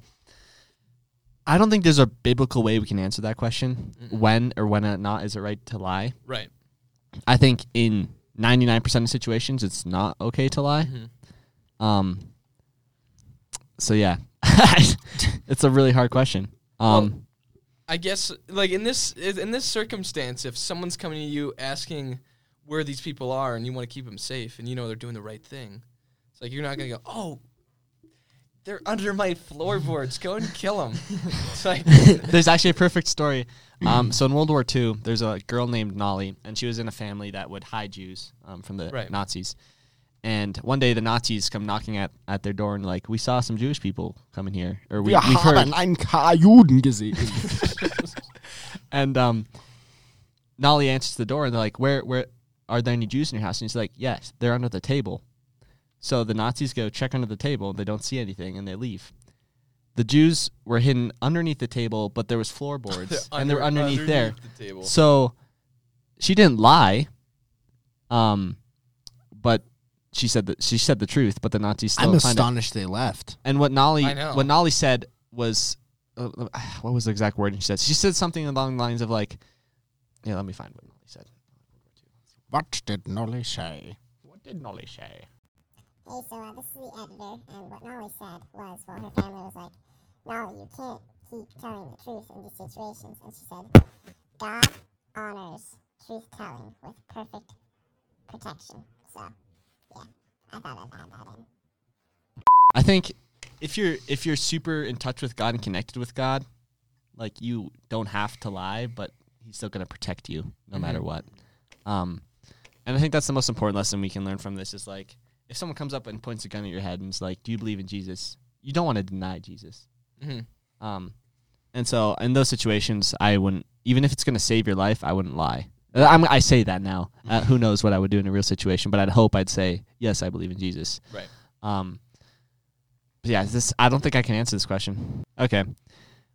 F: I don't think there's a biblical way we can answer that question. When or when not is it right to lie?
D: Right.
F: I think in 99% of situations, it's not okay to lie.
E: Mm-hmm.
F: Um, so yeah, it's a really hard question. Um,
D: I guess like in this in this circumstance, if someone's coming to you asking where these people are and you want to keep them safe and you know they're doing the right thing, it's like you're not gonna go, oh, they're under my floorboards. Go and kill them. it's like
F: there's actually a perfect story. Um, so in World War II, there's a girl named Nolly, and she was in a family that would hide Jews um, from the
D: Right.
F: Nazis. And one day the Nazis come knocking at, at their door and like, we saw some Jewish people coming here, or we,
E: Wir
F: we've heard.
E: haben einen Ka- Juden gesehen.
F: And um, Nolly answers the door, and they're like, "Where, where? Are there any Jews in your house? And he's like, Yes, they're under the table. So the Nazis go check under the table. They don't see anything and they leave. The Jews were hidden underneath the table, but there was floorboards
D: They're
F: and they're
D: under-
F: underneath, there.
D: underneath the table.
F: So she didn't lie. Um, but she said that she said the truth. But the Nazis. Still
E: I'm
F: find it.
E: astonished they left.
F: And what Nolly,
E: I know.
F: what Nolly said was, uh, what was the exact word she said? She said something along the lines of like, yeah, let me find what Nolly said.
E: What did Nolly say?
F: What did Nolly say?
C: Hey, so uh, this is the editor, and what Nolly said was, well, her family was like, Nolly, you can't keep telling the truth in these situations. And she said, God honors truth telling with perfect protection. So, yeah, I thought I'd add that in.
F: I think if you're if you're super in touch with God and connected with God, like you don't have to lie, but He's still going to protect you no
E: Mm-hmm.
O: Mhm.
F: matter what. Um, and I think that's the most important lesson we can learn from this is like if someone comes up and points a gun at your head and is like, "Do you believe in Jesus?" You don't want to deny Jesus.
D: Mhm.
E: Mm-hmm.
F: Um, and so in those situations, I wouldn't even if it's going to save your life, I wouldn't lie. Uh, I'm, I say that now. Uh, who knows what I would do in a real situation? But I'd hope I'd say yes, I believe in Jesus.
D: Right.
F: Um, but yeah, this I don't think I can answer this question. Okay.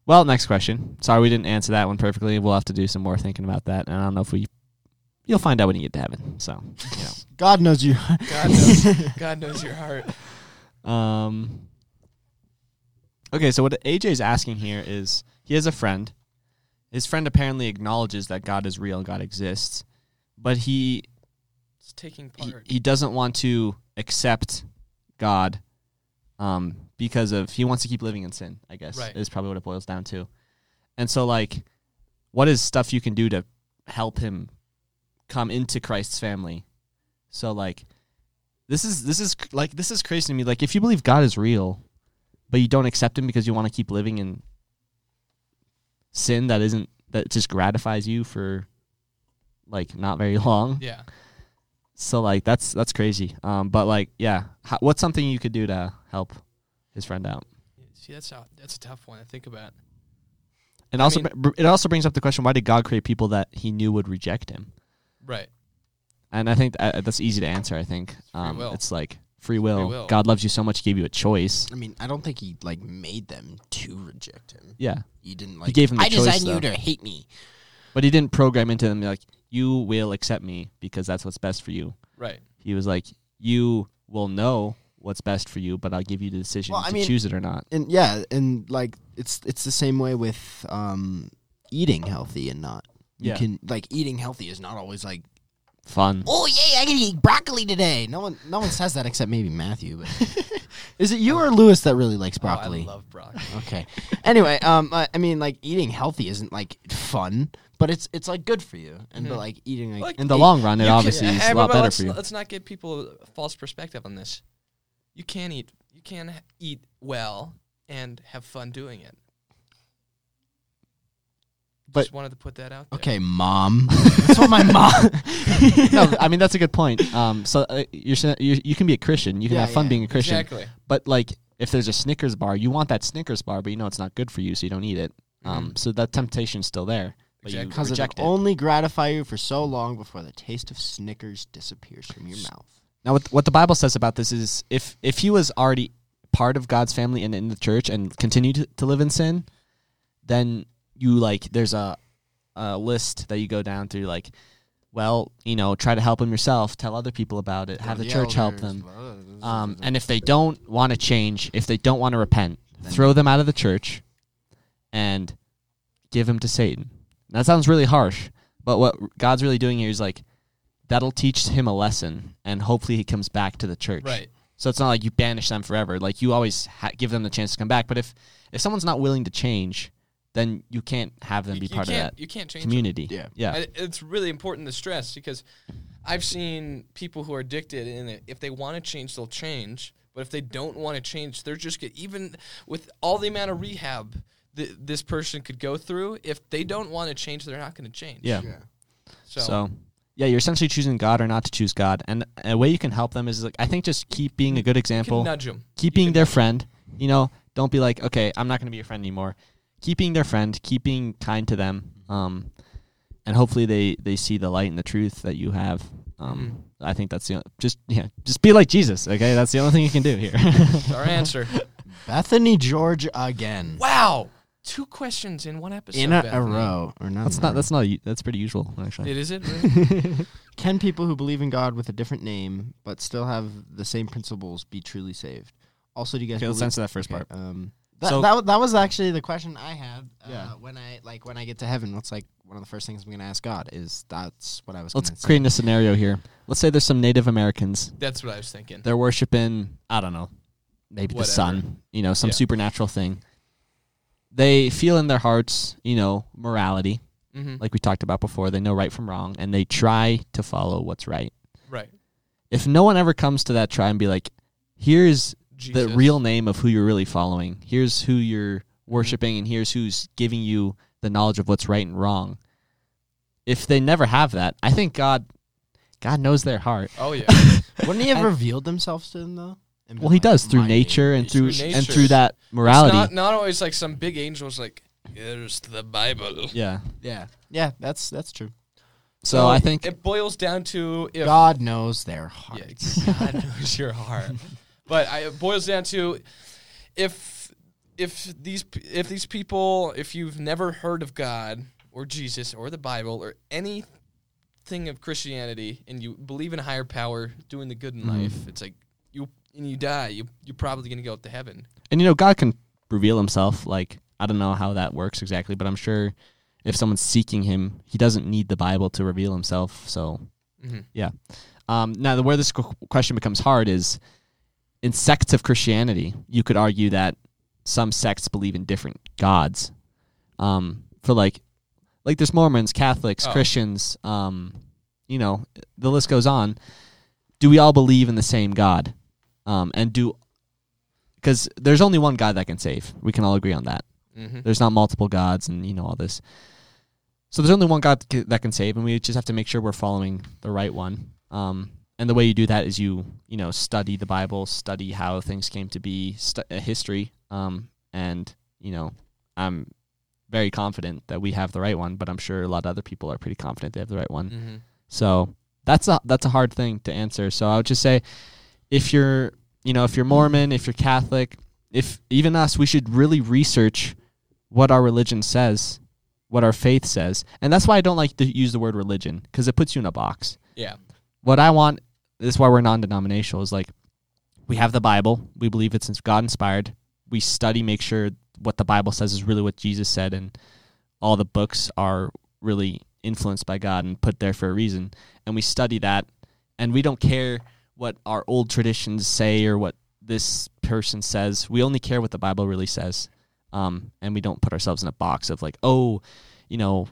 F: Well, next question. Sorry we didn't answer that one perfectly. We'll have to do some more thinking about that. And I don't know if we you'll find out when you get to heaven. So, you know.
E: God knows you.
D: God knows, God knows your heart.
F: Um, okay, so what AJ's asking here is he has a friend. His friend apparently acknowledges that God is real, God exists, but he
D: It's taking
F: he,
D: part.
F: he doesn't want to accept God um, because of he wants to keep living in sin. I guess
D: Right.
F: is probably what it boils down to. And so, like, what is stuff you can do to help him come into Christ's family? So, like, this is this is cr- like this is crazy to me. Like, if you believe God is real, but you don't accept Him because you want to keep living in sin that isn't that just gratifies you for like not very long.
D: Yeah.
F: So like that's that's crazy. Um, but like yeah, how, what's something you could do to help his friend out?
D: See, that's how, that's a tough one to think about.
F: And also, br- it also brings up the question: Why did God create people that He knew would reject Him?
D: Right.
F: And I think uh, that's easy to answer. I think um,
E: will.
F: it's like free will.
E: will.
F: God loves you so much, he gave you a choice.
E: I mean, I don't think he like made them to reject him.
F: Yeah,
E: he didn't
F: He
E: like.
F: gave him the
E: I
F: choice,
E: designed you
F: though."
E: to hate me.
F: But he didn't program into them like you will accept me because that's what's best for you.
D: Right.
F: He was like, you will know what's best for you, but I'll give you the decision
E: Well, I
F: to
E: mean-
F: choose it or not.
E: And yeah, and like it's it's the same way with um eating healthy and not. You
F: Yeah.
E: can like eating healthy is not always like
F: Fun.
E: Oh yeah, I can eat broccoli today. No one no one says that except maybe Matthew, but Is it you or Lewis that really likes broccoli?
D: Oh, love broccoli.
E: Okay. Anyway, um, I, I mean, like eating healthy isn't like fun, but it's it's like good for you, and but
D: Mhm.
E: like eating like,
F: In the long run, it
D: You can-
F: obviously is
D: Hey,
F: a lot
D: but
F: better
D: let's-
F: for you.
D: Let's not give people a false perspective on this. You can eat. You can h- eat well and have fun doing it.
E: But-
D: just wanted to put that out. There.
E: Okay, mom. That's what my mom.
F: no, I mean that's a good point. Um, so uh, you're, sa- you you can be a Christian. You can
E: Yeah,
F: have fun
E: yeah.
F: being a Christian.
D: Exactly.
F: But like, if there's a Snickers bar, you want that Snickers bar, but you know it's not good for you, so you don't eat it.
E: Mm-hmm.
F: Um, so that temptation's still there, but you
E: Because it
F: reject it.
E: only gratify you for so long before the taste of Snickers disappears from your mouth.
F: Now, what, what the Bible says about this is if if he was already part of God's family and in the church and continued to, to live in sin, then you like there's a a list that you go down through like, well, you know, try to help him yourself, tell other people about it, have
E: to
F: the
E: the
F: church help
E: elders,
F: them, um, and if they don't want to change, if they don't want to repent, throw them out of the church, and give him to Satan. That sounds really harsh, but what God's really doing here is like that'll teach him a lesson, and hopefully he comes back to the church.
D: Right.
F: So it's not like you banish them forever. Like you always ha- give them the chance to come back. But if if someone's not willing to change, then you can't have them be
D: you
F: part of
D: can't,
F: that
D: You can't change them.
F: community. Yeah.
D: I- it's really important to stress because I've seen people who are addicted, and if they want to change, they'll change. But if they don't want to change, they're just get even with all the amount of rehab th- this person could go through. If they don't want to change, they're not going to change.
F: Yeah.
D: So,
F: So. yeah, you're essentially choosing God or not to choose God, and a way you can help them is like I think just keep being a good example.
D: nudge 'em.
F: Keep being their friend. You know, don't be like,
D: Mm-hmm.
F: okay, I'm not going to be your friend anymore. Keep being their friend. Keep being kind to them. Um, and hopefully they they see the light and the truth that you have.
D: Mm-hmm.
F: Um, I think that's the only, just yeah, just be like Jesus. Okay, that's the only thing you can do here.
D: our answer.
E: Bethany George again.
D: Wow, two questions in one episode.
E: In a, a
D: Bethany.
E: row or not?
F: That's
E: in a
F: not
E: row.
F: that's not u- that's pretty usual actually.
D: It is it. Really?
E: Can people who believe in God with a different name but still have the same principles be truly saved? Also, do you guys?
F: Okay, let's
E: believe-
F: answer that first
E: okay,
F: part.
E: Um, that,
F: So-
E: that, wa- that was actually the question I had. Uh,
F: Yeah.
E: When I like when I get to heaven, what's like one of the first things I'm gonna ask God is that's what I was.
F: Let's
E: gonna
F: create a scenario here. Let's say there's some Native Americans.
D: That's what I was thinking.
F: They're worshiping, I don't know, maybe
D: Whatever.
F: the sun, you know, some
D: Yeah.
F: supernatural thing. They feel in their hearts, you know, morality,
D: Mhm.
F: like we talked about before. They know right from wrong, and they try to follow what's right.
D: Right.
F: If no one ever comes to that try and be like, here's
D: Jesus.
F: the real name of who you're really following, here's who you're
D: Mm-hmm.
F: worshiping, and here's who's giving you the knowledge of what's right and wrong. If they never have that, I think God, God knows their heart.
D: Oh yeah.
E: say. Wouldn't He have revealed Themselves to them though? And
F: Well,
E: been
F: he
E: like,
F: does through
E: "My name
F: nature and
E: is
F: through
E: Jesus."
F: and through that morality.
D: It's not not always like some big angel's like here's the Bible.
F: yeah.
E: Yeah, yeah, that's that's true.
F: So I think
D: it boils down to if
E: God knows their heart.
D: Yeah, God knows your heart. But I, it boils down to if if these p- if these people if you've never heard of God or Jesus or the Bible or anything of Christianity and you believe in a higher power, doing the good in
F: Mhm.
D: life, it's like you and you die, you you're probably gonna go to heaven.
F: and you know God can reveal Himself. Like I don't know how that works exactly, but I'm sure if someone's seeking Him, He doesn't need the Bible to reveal Himself. So
D: Mhm.
F: yeah. Um, now, the, where this qu- question becomes hard is in sects of Christianity. You could argue that some sects believe in different gods. Um, for like, like there's Mormons, Catholics,
D: Oh.
F: Christians. Um, you know, the list goes on. Do we all believe in the same God? Um, and do because there's only one God that can save. We can all agree on that.
D: Mhm.
F: There's not multiple gods, and you know all this. So there's only one God c- that can save, and we just have to make sure we're following the right one. Um, and the way you do that is you you know study the Bible, study how things came to be, stu- uh, history, um, and you know I'm very confident that we have the right one, but I'm sure a lot of other people are pretty confident they have the right one.
D: Mhm.
F: So that's a that's a hard thing to answer. So I would just say, if you're you know if you're Mormon, if you're Catholic, if even us, we should really research what our religion says, what our faith says, and that's why I don't like to use the word religion because it puts you in a box.
D: Yeah.
F: What I want this is why we're non-denominational is like we have the Bible, we believe it's God inspired. We study, make sure what the Bible says is really what Jesus said, and all the books are really influenced by God and put there for a reason. And we study that, and we don't care what our old traditions say or what this person says. We only care what the Bible really says, um, and we don't put ourselves in a box of like, oh, you know,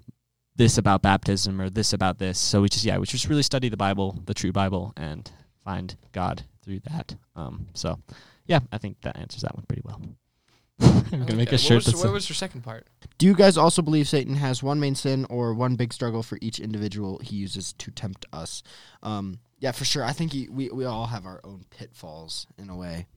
F: this about baptism or this about this. So we just yeah, we just really study the Bible, the true Bible, and find God through that. Um, so yeah, I think that answers that one pretty well. I'm
D: I
F: gonna
D: like
F: make
D: that.
F: a shirt
D: What was,
F: that's
D: what was your second part?
E: Do you guys also believe Satan has one main sin or one big struggle for each individual he uses to tempt us? Um, yeah, for sure. I think he, we we all have our own pitfalls in a way.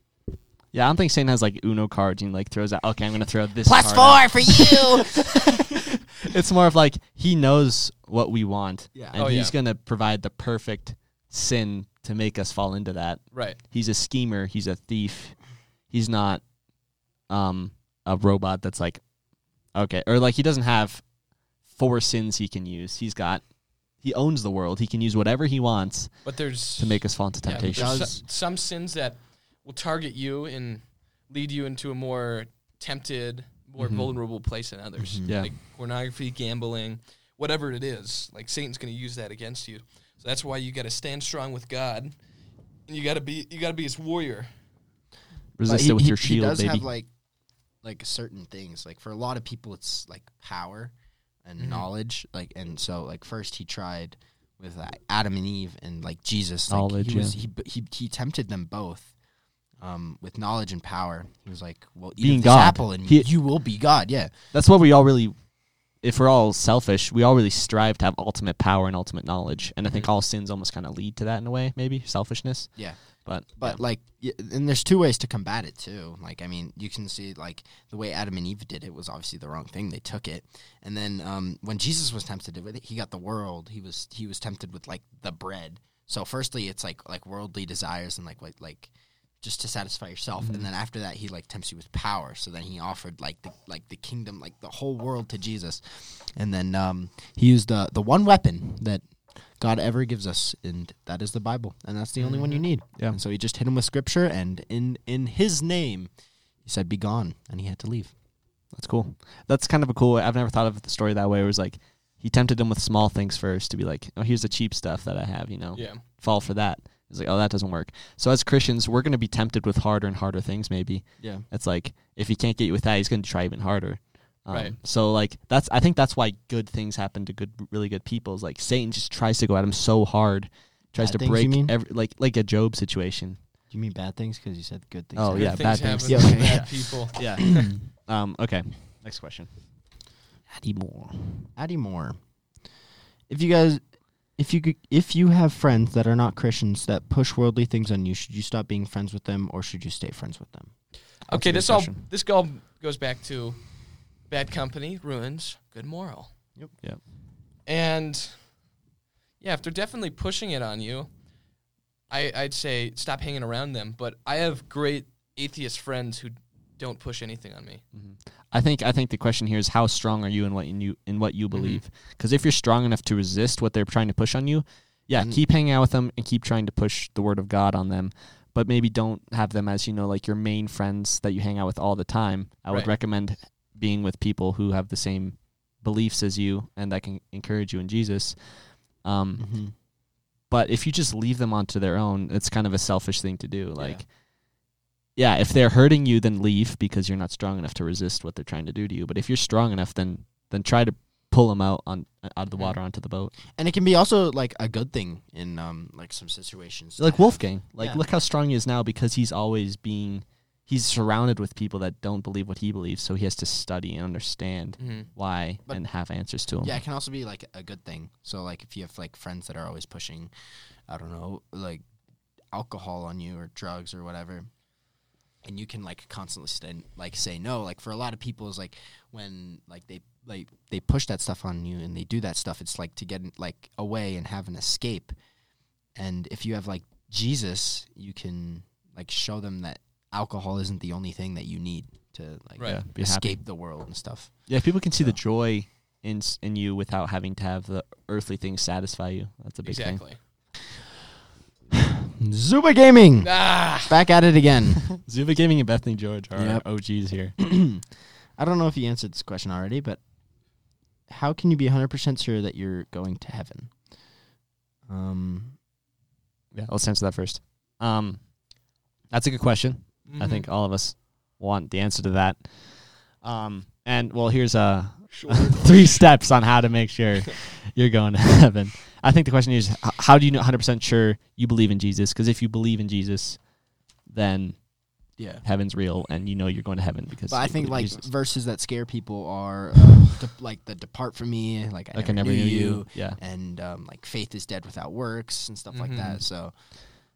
F: yeah. I don't think Satan has like Uno cards and like throws out. Okay, I'm gonna throw this
E: Plus
F: card
E: four
F: out."
E: for
F: it's more of like he knows what we want,
E: Yeah.
F: and
D: Oh,
F: he's
D: yeah.
F: gonna provide the perfect sin to make us fall into that.
D: Right.
F: He's a schemer. He's a thief. He's not um, a robot that's like okay, or like he doesn't have four sins he can use. He's got he owns the world. He can use whatever he wants
D: But there's
F: to make us fall into
D: Yeah, but
F: temptation.
D: there's
E: Does-
D: so- some sins that will target you and lead you into a more tempted, more
F: Mhm.
D: vulnerable place than others.
F: Mhm. Yeah.
D: Like pornography, gambling, whatever it is. Like Satan's going to use that against you. So that's why you got to stand strong with God. And you got to be you got to be his warrior.
F: Resist
E: But
F: it with
E: he,
F: your
E: he-
F: shield,
E: He does
F: baby.
E: have like like certain things. Like for a lot of people, it's like power and
F: Mm-hmm.
D: Mhm.
E: knowledge. Like and so like first he tried with uh, Adam and Eve and like Jesus. Like,
F: Knowledge,
E: He, was,
F: yeah.
E: he b- he he tempted them both. Um, with knowledge and power, he was like, "Well, eat
F: Being
E: of this
F: God.
E: apple, and
F: He-
E: you will be God." Yeah,
F: That's what we all really if we're all selfish, we all really strive to have ultimate power and ultimate knowledge, and I think all sins almost kind of lead to that in a way, maybe selfishness.
E: Mm-hmm. Yeah.
F: but
E: But like, y- and there's two ways to combat it too. Like, I mean, you can see like the way Adam and Eve did it was obviously the wrong thing. They took it, and then um, when Jesus was tempted with it, he got the world. He was he was tempted with like the bread. So firstly, it's like like worldly desires and like what like just to satisfy yourself,
F: Mhm.
E: and then after that, he like tempts you with power. So then he offered like the like the kingdom, like the whole world to Jesus, and then um, he used the the one weapon that God ever gives us, and that is the Bible, and that's the only one you need. Mm-hmm. Yeah. And so he just hit him with scripture, and in in his name, he said, "Be gone," and he had to leave.
F: That's cool. That's kind of a cool. I've never thought of the story that way. Where it was like he tempted him with small things first to be like, oh, here's the cheap stuff that I have, you know.
D: Yeah.
F: Fall for that. It's like, oh, that doesn't work. So as Christians, we're going to be tempted with harder and harder things. Maybe.
D: Yeah.
F: It's like if he can't get you with that, he's going to try even harder. Um,
D: Right.
F: So like that's I think that's why good things happen to good, really good people. Is like Satan just tries to go at him so hard, tries
E: Bad
F: to
E: things, you
F: break
E: mean?
F: every like like a Job situation.
E: Do you mean bad things? Because you said good things.
F: Oh yeah, bad things.
E: Yeah, okay.
F: Yeah.
D: people.
F: Yeah. um. Okay. Next question.
E: Addie Moore. Addie Moore. If you guys, if you could, if you have friends that are not Christians that push worldly things on you, should you stop being friends with them or should you stay friends with them? That's
D: Okay,
E: a good
D: this all
E: question.
D: this all goes back to bad company ruins good moral.
E: Yep.
F: Yep.
D: And yeah, if they're definitely pushing it on you, I, I'd say stop hanging around them. But I have great atheist friends who don't push anything on me.
E: Mm-hmm.
F: I think I think the question here is how strong are you in what you knew- in what you believe? Because if you're strong enough to resist what they're trying to push on you, yeah,
E: And-
F: keep hanging out with them and keep trying to push the word of God on them. But maybe don't have them as you know like your main friends that you hang out with all the time. I would
D: Right.
F: recommend being with people who have the same beliefs as you and that can encourage you in Jesus. Um,
E: Mhm.
F: But if you just leave them onto their own, it's kind of a selfish thing to do. Like yeah, if they're hurting you, then leave because you're not strong enough to resist what they're trying to do to you. But if you're strong enough, then then try to pull them out on out of the water onto the boat.
E: And it can be also like a good thing in um like some situations. to
F: Like
E: have.
F: Wolfgang, like
E: Yeah.
F: look how strong he is now because he's always being he's surrounded with people that don't believe what he believes, so he has to study and understand
E: Mhm.
F: why
E: But-
F: and have answers to them.
E: Yeah, it can also be like a good thing. So like if you have like friends that are always pushing, I don't know, like alcohol on you or drugs or whatever, and you can like constantly st- like say no. Like for a lot of people, is like when like they like they push that stuff on you and they do that stuff. It's like to get like away and have an escape. And if you have like Jesus, you can like show them that alcohol isn't the only thing that you need to like
F: Right. Yeah, be happy.
E: escape the world and stuff.
F: Yeah, if people can see the joy in s- in you without having to have the earthly things satisfy you. That's a big thing.
D: Exactly.
E: Zuba Gaming.
D: Ah.
E: Back at it again.
F: Zuba Gaming and Bethany George are
E: Yep.
F: our OGs here.
E: I don't know if you answered this question already, but how can you be 100% sure that you're going to heaven? Um,
F: Yeah, let's answer that first. Um, that's a good question. I
E: Mhm.
F: think all of us want the answer to that. Um, and well, here's uh three steps on how to make sure you're going to heaven. I think the question is, h- how do you know 100% sure you believe in Jesus? Because if you believe in Jesus, then
E: Yeah.
F: heaven's real, and you know you're going to heaven because.
E: but I
F: you
E: think
F: believe in
E: like
F: Jesus.
E: verses that scare people are uh, de- like the "Depart from me," like I
F: Like, "I
E: never, knew, you,
F: Yeah.
E: and um, like faith is dead without works and stuff
D: Mhm.
E: like that. So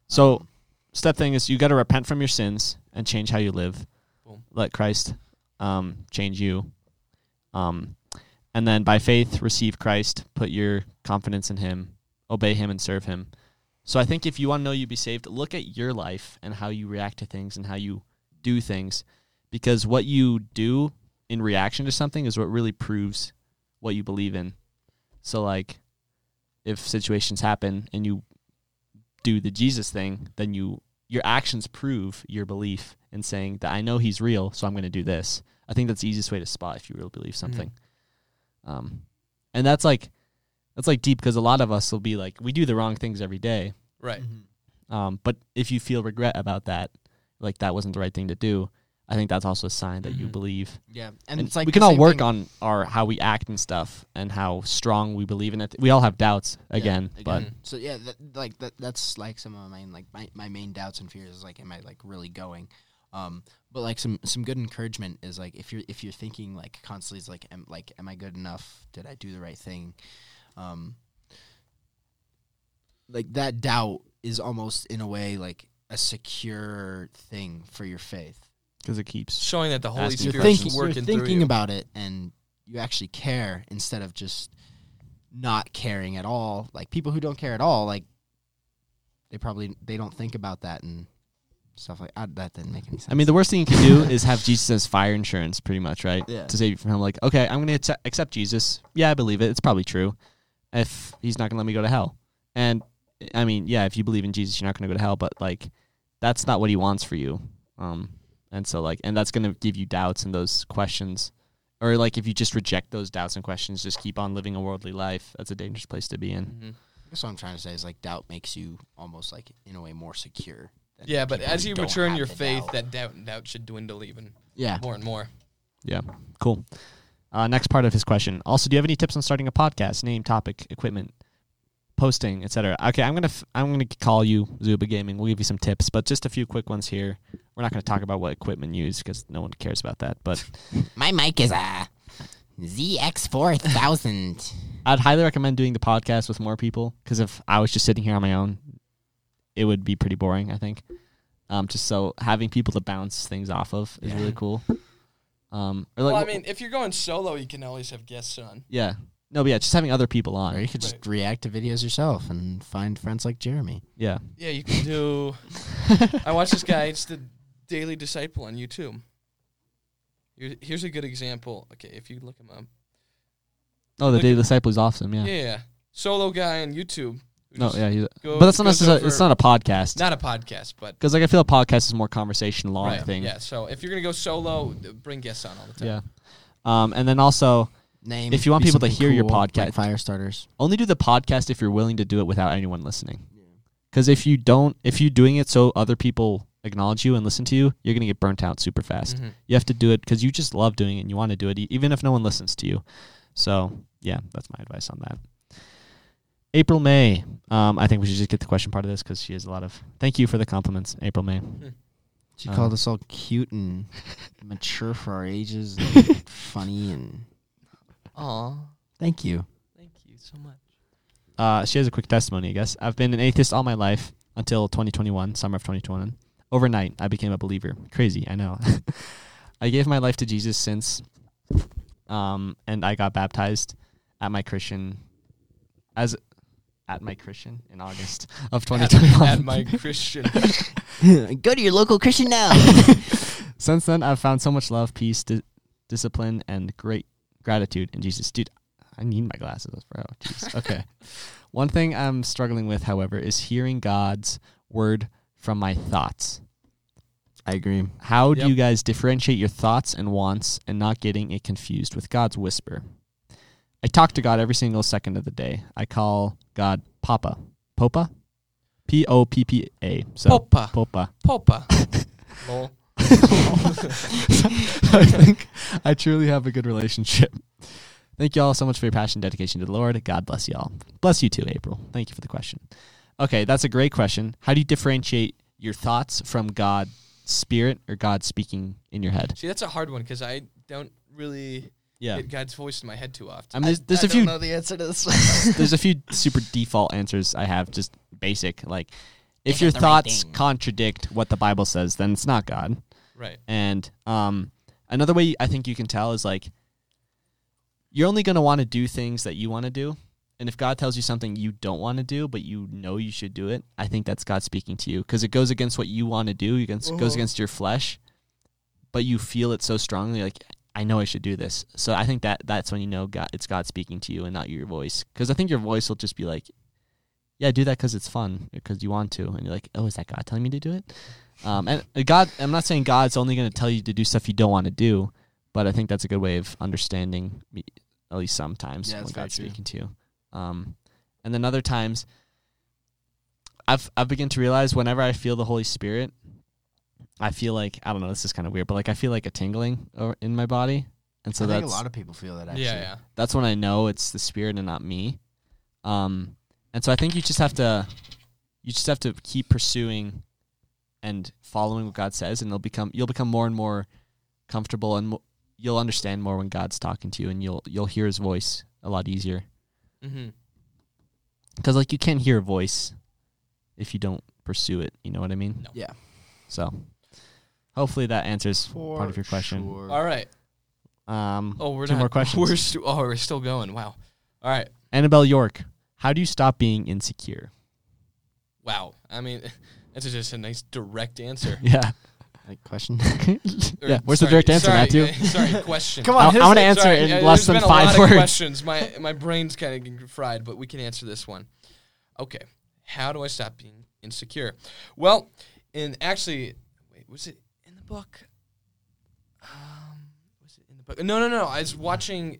F: So, step thing is you got to repent from your sins and change how you live.
D: Boom.
F: Let Christ um, change you. Um, and then by faith, receive Christ, put your confidence in Him, obey Him, and serve Him. So, I think if you want to know you be saved, look at your life and how you react to things and how you do things. Because what you do in reaction to something is what really proves what you believe in. So, like, if situations happen and you do the Jesus thing, then you your actions prove your belief in saying that I know he's real, so I'm going to do this. I think that's the easiest way to spot if you really
E: Mm-hmm.
F: believe something. Um, and that's like that's like deep because a lot of us will be like we do the wrong things every day.
D: Right.
F: Um, but if you feel regret about that, like that wasn't the right thing to do, I think that's also a sign that you believe.
E: Mm-hmm. Yeah, and it's like
F: we
E: the
F: can all
E: same
F: work
E: thing-
F: on our how we act and stuff, and how strong we believe in it. We all have doubts again, but
E: so yeah, that, like that, that's like some of my main, like my, my main doubts and fears is like, am I like really going Um, but like some some good encouragement is like if you're if you're thinking like constantly is like am like am I good enough? Did I do the right thing? Um, like that doubt is almost in a way like a secure thing for your faith
F: because it keeps
D: Showing that the Holy
F: asking
D: Spirit's
F: questions.
D: You're working
E: you're
D: through
E: thinking
D: you.
E: about it and you actually care instead of just not caring at all like people who don't care at all like they probably they don't think about that and stuff like I, that didn't make any sense
F: I mean, the worst thing you can do is have Jesus as fire insurance, pretty much, right?
E: Yeah.
F: To save you from hell. Like, okay, I'm going to accept Jesus. Yeah, I believe it. It's probably true. If he's not going to let me go to hell. And, I mean, yeah, if you believe in Jesus, you're not going to go to hell, but, like, that's not what he wants for you. Um, and so, like, and that's going to give you doubts and those questions. Or, like, if you just reject those doubts and questions, just keep on living a worldly life, that's a dangerous place to be in.
D: Mm-hmm.
E: I guess what i'm trying to say is like doubt makes you almost like in a way more secure than
D: Yeah, but
E: people
D: as
E: who
D: you
E: don't
D: mature in
E: have
D: your
E: the
D: faith,
E: doubt.
D: that doubt and doubt should dwindle even
E: Yeah.
D: more and more.
F: Yeah, cool. Uh, next part of his question. Also, do you have any tips on starting a podcast? Name, topic, equipment, posting, etc. Okay, I'm gonna f- I'm gonna call you Zuba Gaming. We'll give you some tips, but just a few quick ones here. We're not gonna talk about what equipment you use because no one cares about that. But
O: My mic is a ZX4000.
F: I'd highly recommend doing the podcast with more people because if I was just sitting here on my own, it would be pretty boring. I think. Um, just so having people to bounce things off of is
D: Yeah.
F: really cool. Um, or
D: well,
F: like,
D: I mean, if you're going solo, you can always have guests on.
F: yeah, no, but yeah, just having other people on. Or you
E: could just react to videos yourself and find friends like jeremy
F: yeah
D: Yeah, you can do. I watch this guy. It's the Daily Disciple on YouTube. Here- Here's a good example. Okay, if you look him up.
F: Oh, the
D: Look
F: Daily
D: at-
F: Disciple is awesome. Yeah.
D: Yeah. Solo guy on YouTube. who
F: No,
D: just
F: yeah, he's,
D: go-
F: but that's not
D: goes
F: necessarily. It's
D: over-
F: not a podcast.
D: Not a podcast, but
F: because like I feel a podcast is more conversation long
D: right,
F: thing.
D: Yeah. So if you're gonna go solo, th- bring guests on all the time.
F: Yeah. Um, and then also,
E: Name,
F: if you want
E: be
F: people to
E: something
F: hear your
E: cool, like
F: podcast,
E: fire starters.
F: Only do the podcast if you're willing to do it without anyone listening. Because if you don't, if you're doing it so other people acknowledge you and listen to you, you're gonna get burnt out super fast.
E: Mm-hmm.
D: Mhm.
F: You have to do it because you just love doing it and you want to do it, e- even if no one listens to you. So yeah, that's my advice on that. April May. Um, I think we should just get the question part of this because she has a lot of. Thank you for the compliments, April May.
E: Hmm. She
F: Uh,
E: called us all cute and mature for our ages, and funny and.
A: um,
D: Aw,
E: Thank you.
D: thank you so much.
F: Uh, she has a quick testimony, I guess. I've been an atheist all my life until 2021, summer of 2021. Overnight, I became a believer. Crazy, I know. I gave my life to Jesus since, um, and I got baptized at my Christian, as at my Christian in August of 2021.
D: At my Christian.
O: Go to your local Christian now.
F: Since then, I've found so much love, peace, di- discipline, and great gratitude in Jesus. Dude, I need my glasses, bro. Jeez. Okay. One thing I'm struggling with, however, is hearing God's word from my thoughts.
E: I agree.
F: How do you guys differentiate your thoughts and wants and not getting it confused with God's whisper? I talk to God every single second of the day. I call God Papa. Popa? P O P P A. So
D: Popa.
F: Popa.
D: Popa. Lol.
F: I think I truly have a good relationship. Thank you all so much for your passion and dedication to the Lord. God bless you all. Bless you too, April. Thank you for the question. Okay, that's a great question. How do you differentiate your thoughts from God's spirit or God speaking in your head?
D: See, that's a hard one because I don't really
F: Yeah.
D: get God's voice in my head too often.
F: I mean, there's- there's a
D: don't
F: few-
D: know the answer to this. one.
F: There's a few super default answers I have, just basic. Like, if
D: They
F: your
D: got the right
F: thoughts contradict what the Bible says, then it's not God.
D: Right.
F: And um, another way I think you can tell is like, you're only going to want to do things that you want to do. And if God tells you something you don't want to do, but you know you should do it, I think that's God speaking to you because it goes against what you want to do, against, goes
D: Uh-huh.
F: against your flesh, but you feel it so strongly, like I know I should do this. So I think that that's when you know God, it's God speaking to you and not your voice, because I think your voice will just be like, yeah, do that because it's fun, because you want to, and you're like, oh, is that God telling me to do it? Um, and uh, God, I'm not saying God's only going to tell you to do stuff you don't want to do, but I think that's a good way of understanding, me, at least sometimes
E: Yeah,
F: when
E: that's very
F: God's
E: true.
F: speaking to you. Um, and then other times, I've I've begun to realize whenever I feel the Holy Spirit, I feel like I don't know. This is kind of weird, but like I feel like a tingling o- in my body, and so
E: I
F: that's
E: think a lot of people feel that
D: Yeah,
E: actually.
D: yeah.
F: that's when I know it's the spirit and not me. Um, and so I think you just have to, you just have to keep pursuing and following what God says, and it'll become you'll become more and more comfortable, and mo- you'll understand more when God's talking to you, and you'll you'll hear His voice a lot easier.
D: Mm-hmm.
F: Because like you can't hear a voice if you don't pursue it. You know what I mean?
E: Yeah.
F: So hopefully that answers part of
D: For
F: your question.
E: sure.
D: All right.
F: Um,
D: Oh, we're
F: two
D: not,
F: more questions.
D: We're stu- oh, we're still going. Wow. All right.
F: Annabelle York, how do you stop being insecure?
D: Wow. I mean, that's just a nice direct answer.
F: Yeah.
E: Like question.
D: Or,
F: yeah. Where's the direct answer,
D: sorry,
F: Matthew?
D: uh, sorry, question.
F: I, I want to answer
D: Sorry,
F: it
D: uh,
F: in
D: there's
F: less than
D: been a
F: five
D: lot of
F: words.
D: questions. My my brain's kind of getting fried, but we can answer this one. Okay, how do I stop being insecure? Well, and actually, wait, was it in the book? Um, was it in the book? No, no, no. I was watching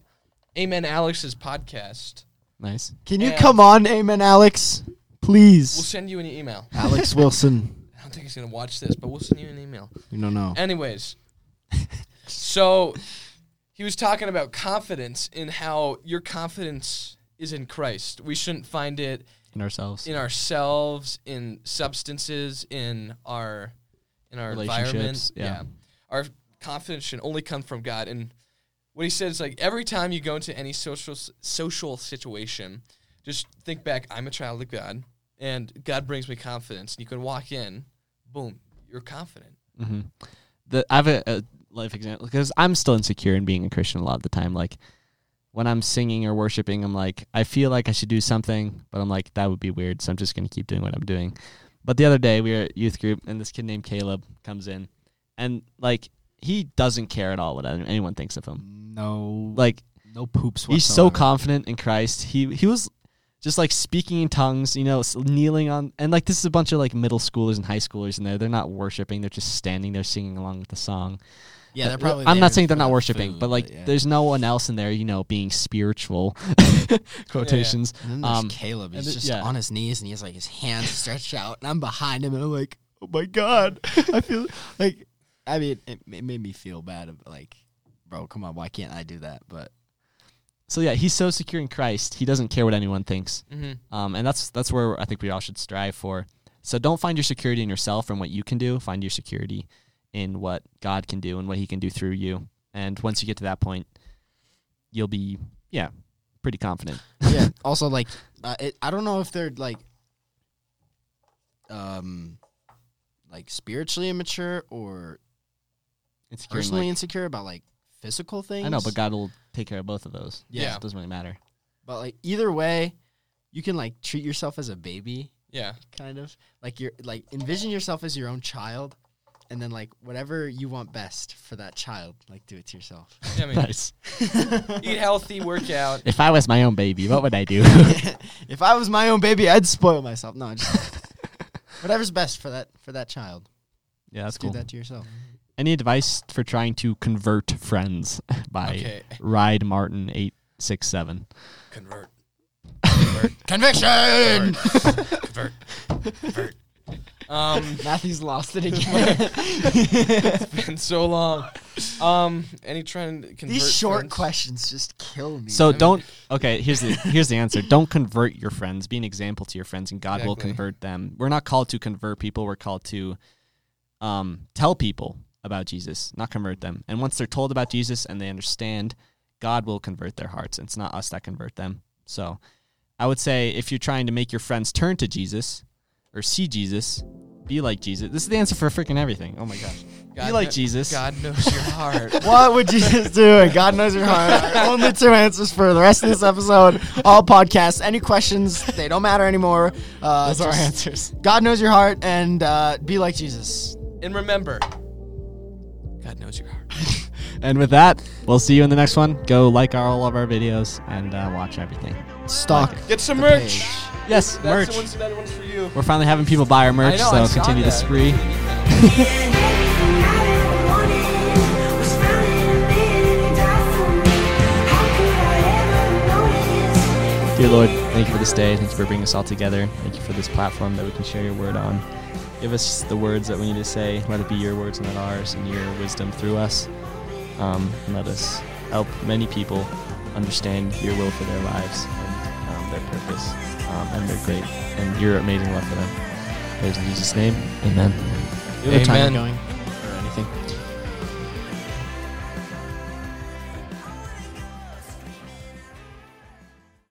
D: Amen Alex's podcast.
F: Nice.
E: Can you
D: And-
E: come on, Amen, Alex?
D: We'll
E: Please.
D: send you an email.
E: Alex Wilson.
D: I don't think he's gonna watch this, but we'll send you an email.
E: You don't know.
D: Anyways, so he was talking about confidence in how your confidence is in Christ. We shouldn't find it
F: In ourselves.
D: in ourselves, in substances, in our in our environment.
F: Relationships, yeah.
D: Our confidence should only come from God. And what he said is like every time you go into any social s- social situation, just think back, I'm a child of God and God brings me confidence. And you can walk in, boom, you're confident.
F: hmm The I have a, a life example because I'm still insecure in being a Christian a lot of the time. Like when I'm singing or worshiping, I'm like, I feel like I should do something, but I'm like, that would be weird. So I'm just gonna keep doing what I'm doing. But the other day we were at youth group and this kid named Caleb comes in, and like he doesn't care at all what anyone thinks of him.
E: No.
F: Like
E: no poops.
F: He's so
E: whatsoever.
F: confident in Christ. He he was just like speaking in tongues, you know, s- kneeling on and like this is a bunch of like middle schoolers and high schoolers in there. They're not worshiping. They're just standing there singing along with the song.
E: Yeah, they're
F: Uh,
E: probably
F: I'm not
E: there
F: saying they're
E: for
F: not
E: the
F: worshiping,
E: food,
F: but like
E: but yeah.
F: there's no one else in there, you know, being spiritual quotations.
E: And then there's
F: Um,
E: Caleb.
F: and
E: He's
F: th-
E: just
F: yeah.
E: on his knees and he has like his hands stretched out, and I'm behind him, and I'm like, oh my god, I feel like, I mean, it, it made me feel bad. Of, like, bro, come on, why can't I do that? But
F: So yeah, he's so secure in Christ, he doesn't care what anyone thinks,
D: Mhm.
F: um, and that's that's where I think we all should strive for. So don't find your security in yourself and what you can do. Find your security in what God can do and what He can do through you. And once you get to that point, you'll be yeah, pretty confident.
E: yeah. Also, like, uh, it, I don't know if they're like, um, like spiritually immature or
F: Insecure and,
E: personally
F: like-
E: insecure about like physical things.
F: I know, but God will take care of both of those.
E: Yeah.
F: it doesn't really matter.
E: But like either way, you can like treat yourself as a baby,
D: Yeah.
E: kind of like you're like envision yourself as your own child, and then like whatever you want best for that child, like do it to yourself.
D: Yeah, I mean,
F: Nice.
D: eat healthy, work out.
F: If I was my own baby, what would I do?
E: if I was my own baby, I'd spoil myself. No, I just whatever's best for that for that child.
F: yeah, that's
E: Just
F: cool.
E: Do that to yourself.
F: Any advice for trying to convert friends by
D: Okay.
F: Ride Martin eight six seven?
D: Convert.
E: Conviction.
D: Convert. Convert. Um,
E: Matthew's lost it again.
D: it's been so long. Um, any trying to convert
E: These short
D: friends?
E: questions just kill me.
F: So don't. Okay, here's the here's the answer. Don't convert your friends. Be an example to your friends, and God will
D: Exactly.
F: convert them. We're not called to convert people. We're called to um, tell people about Jesus, not convert them. And once they're told about Jesus and they understand, God will convert their hearts. It's not us that convert them. So, I would say if you're trying to make your friends turn to Jesus or see Jesus, be like Jesus. This is the answer for freaking everything. Oh my gosh.
D: God
F: be like
D: kno-
F: Jesus.
D: God knows your heart.
E: What would Jesus do? God knows your heart. Only two answers for the rest of this episode. All podcasts. Any questions? They don't matter anymore. Uh,
F: Those are our
E: just-
F: answers.
E: God knows your heart and uh, be like Jesus.
D: And remember, God knows your heart.
F: And with that, we'll see you in the next one. Go like our, all of our videos and uh, watch everything.
E: Stock.
D: Get some
E: the
D: merch.
E: page.
F: Yes,
D: That's
F: merch.
D: The one's, another one's for you.
F: We're finally having people buy our merch,
D: know, I
F: so
D: saw
F: continue the
D: that.
F: spree. Dear Lord, thank you for this day. Thank you for bringing us all together. Thank you for this platform that we can share your word on. Give us the words that we need to say, let it be your words and not ours, and your wisdom through us. Um, and let us help many people understand your will for their lives and um, their purpose um, and their great and your amazing love for them. Praise in Jesus' name. Amen.
E: You have a timer going.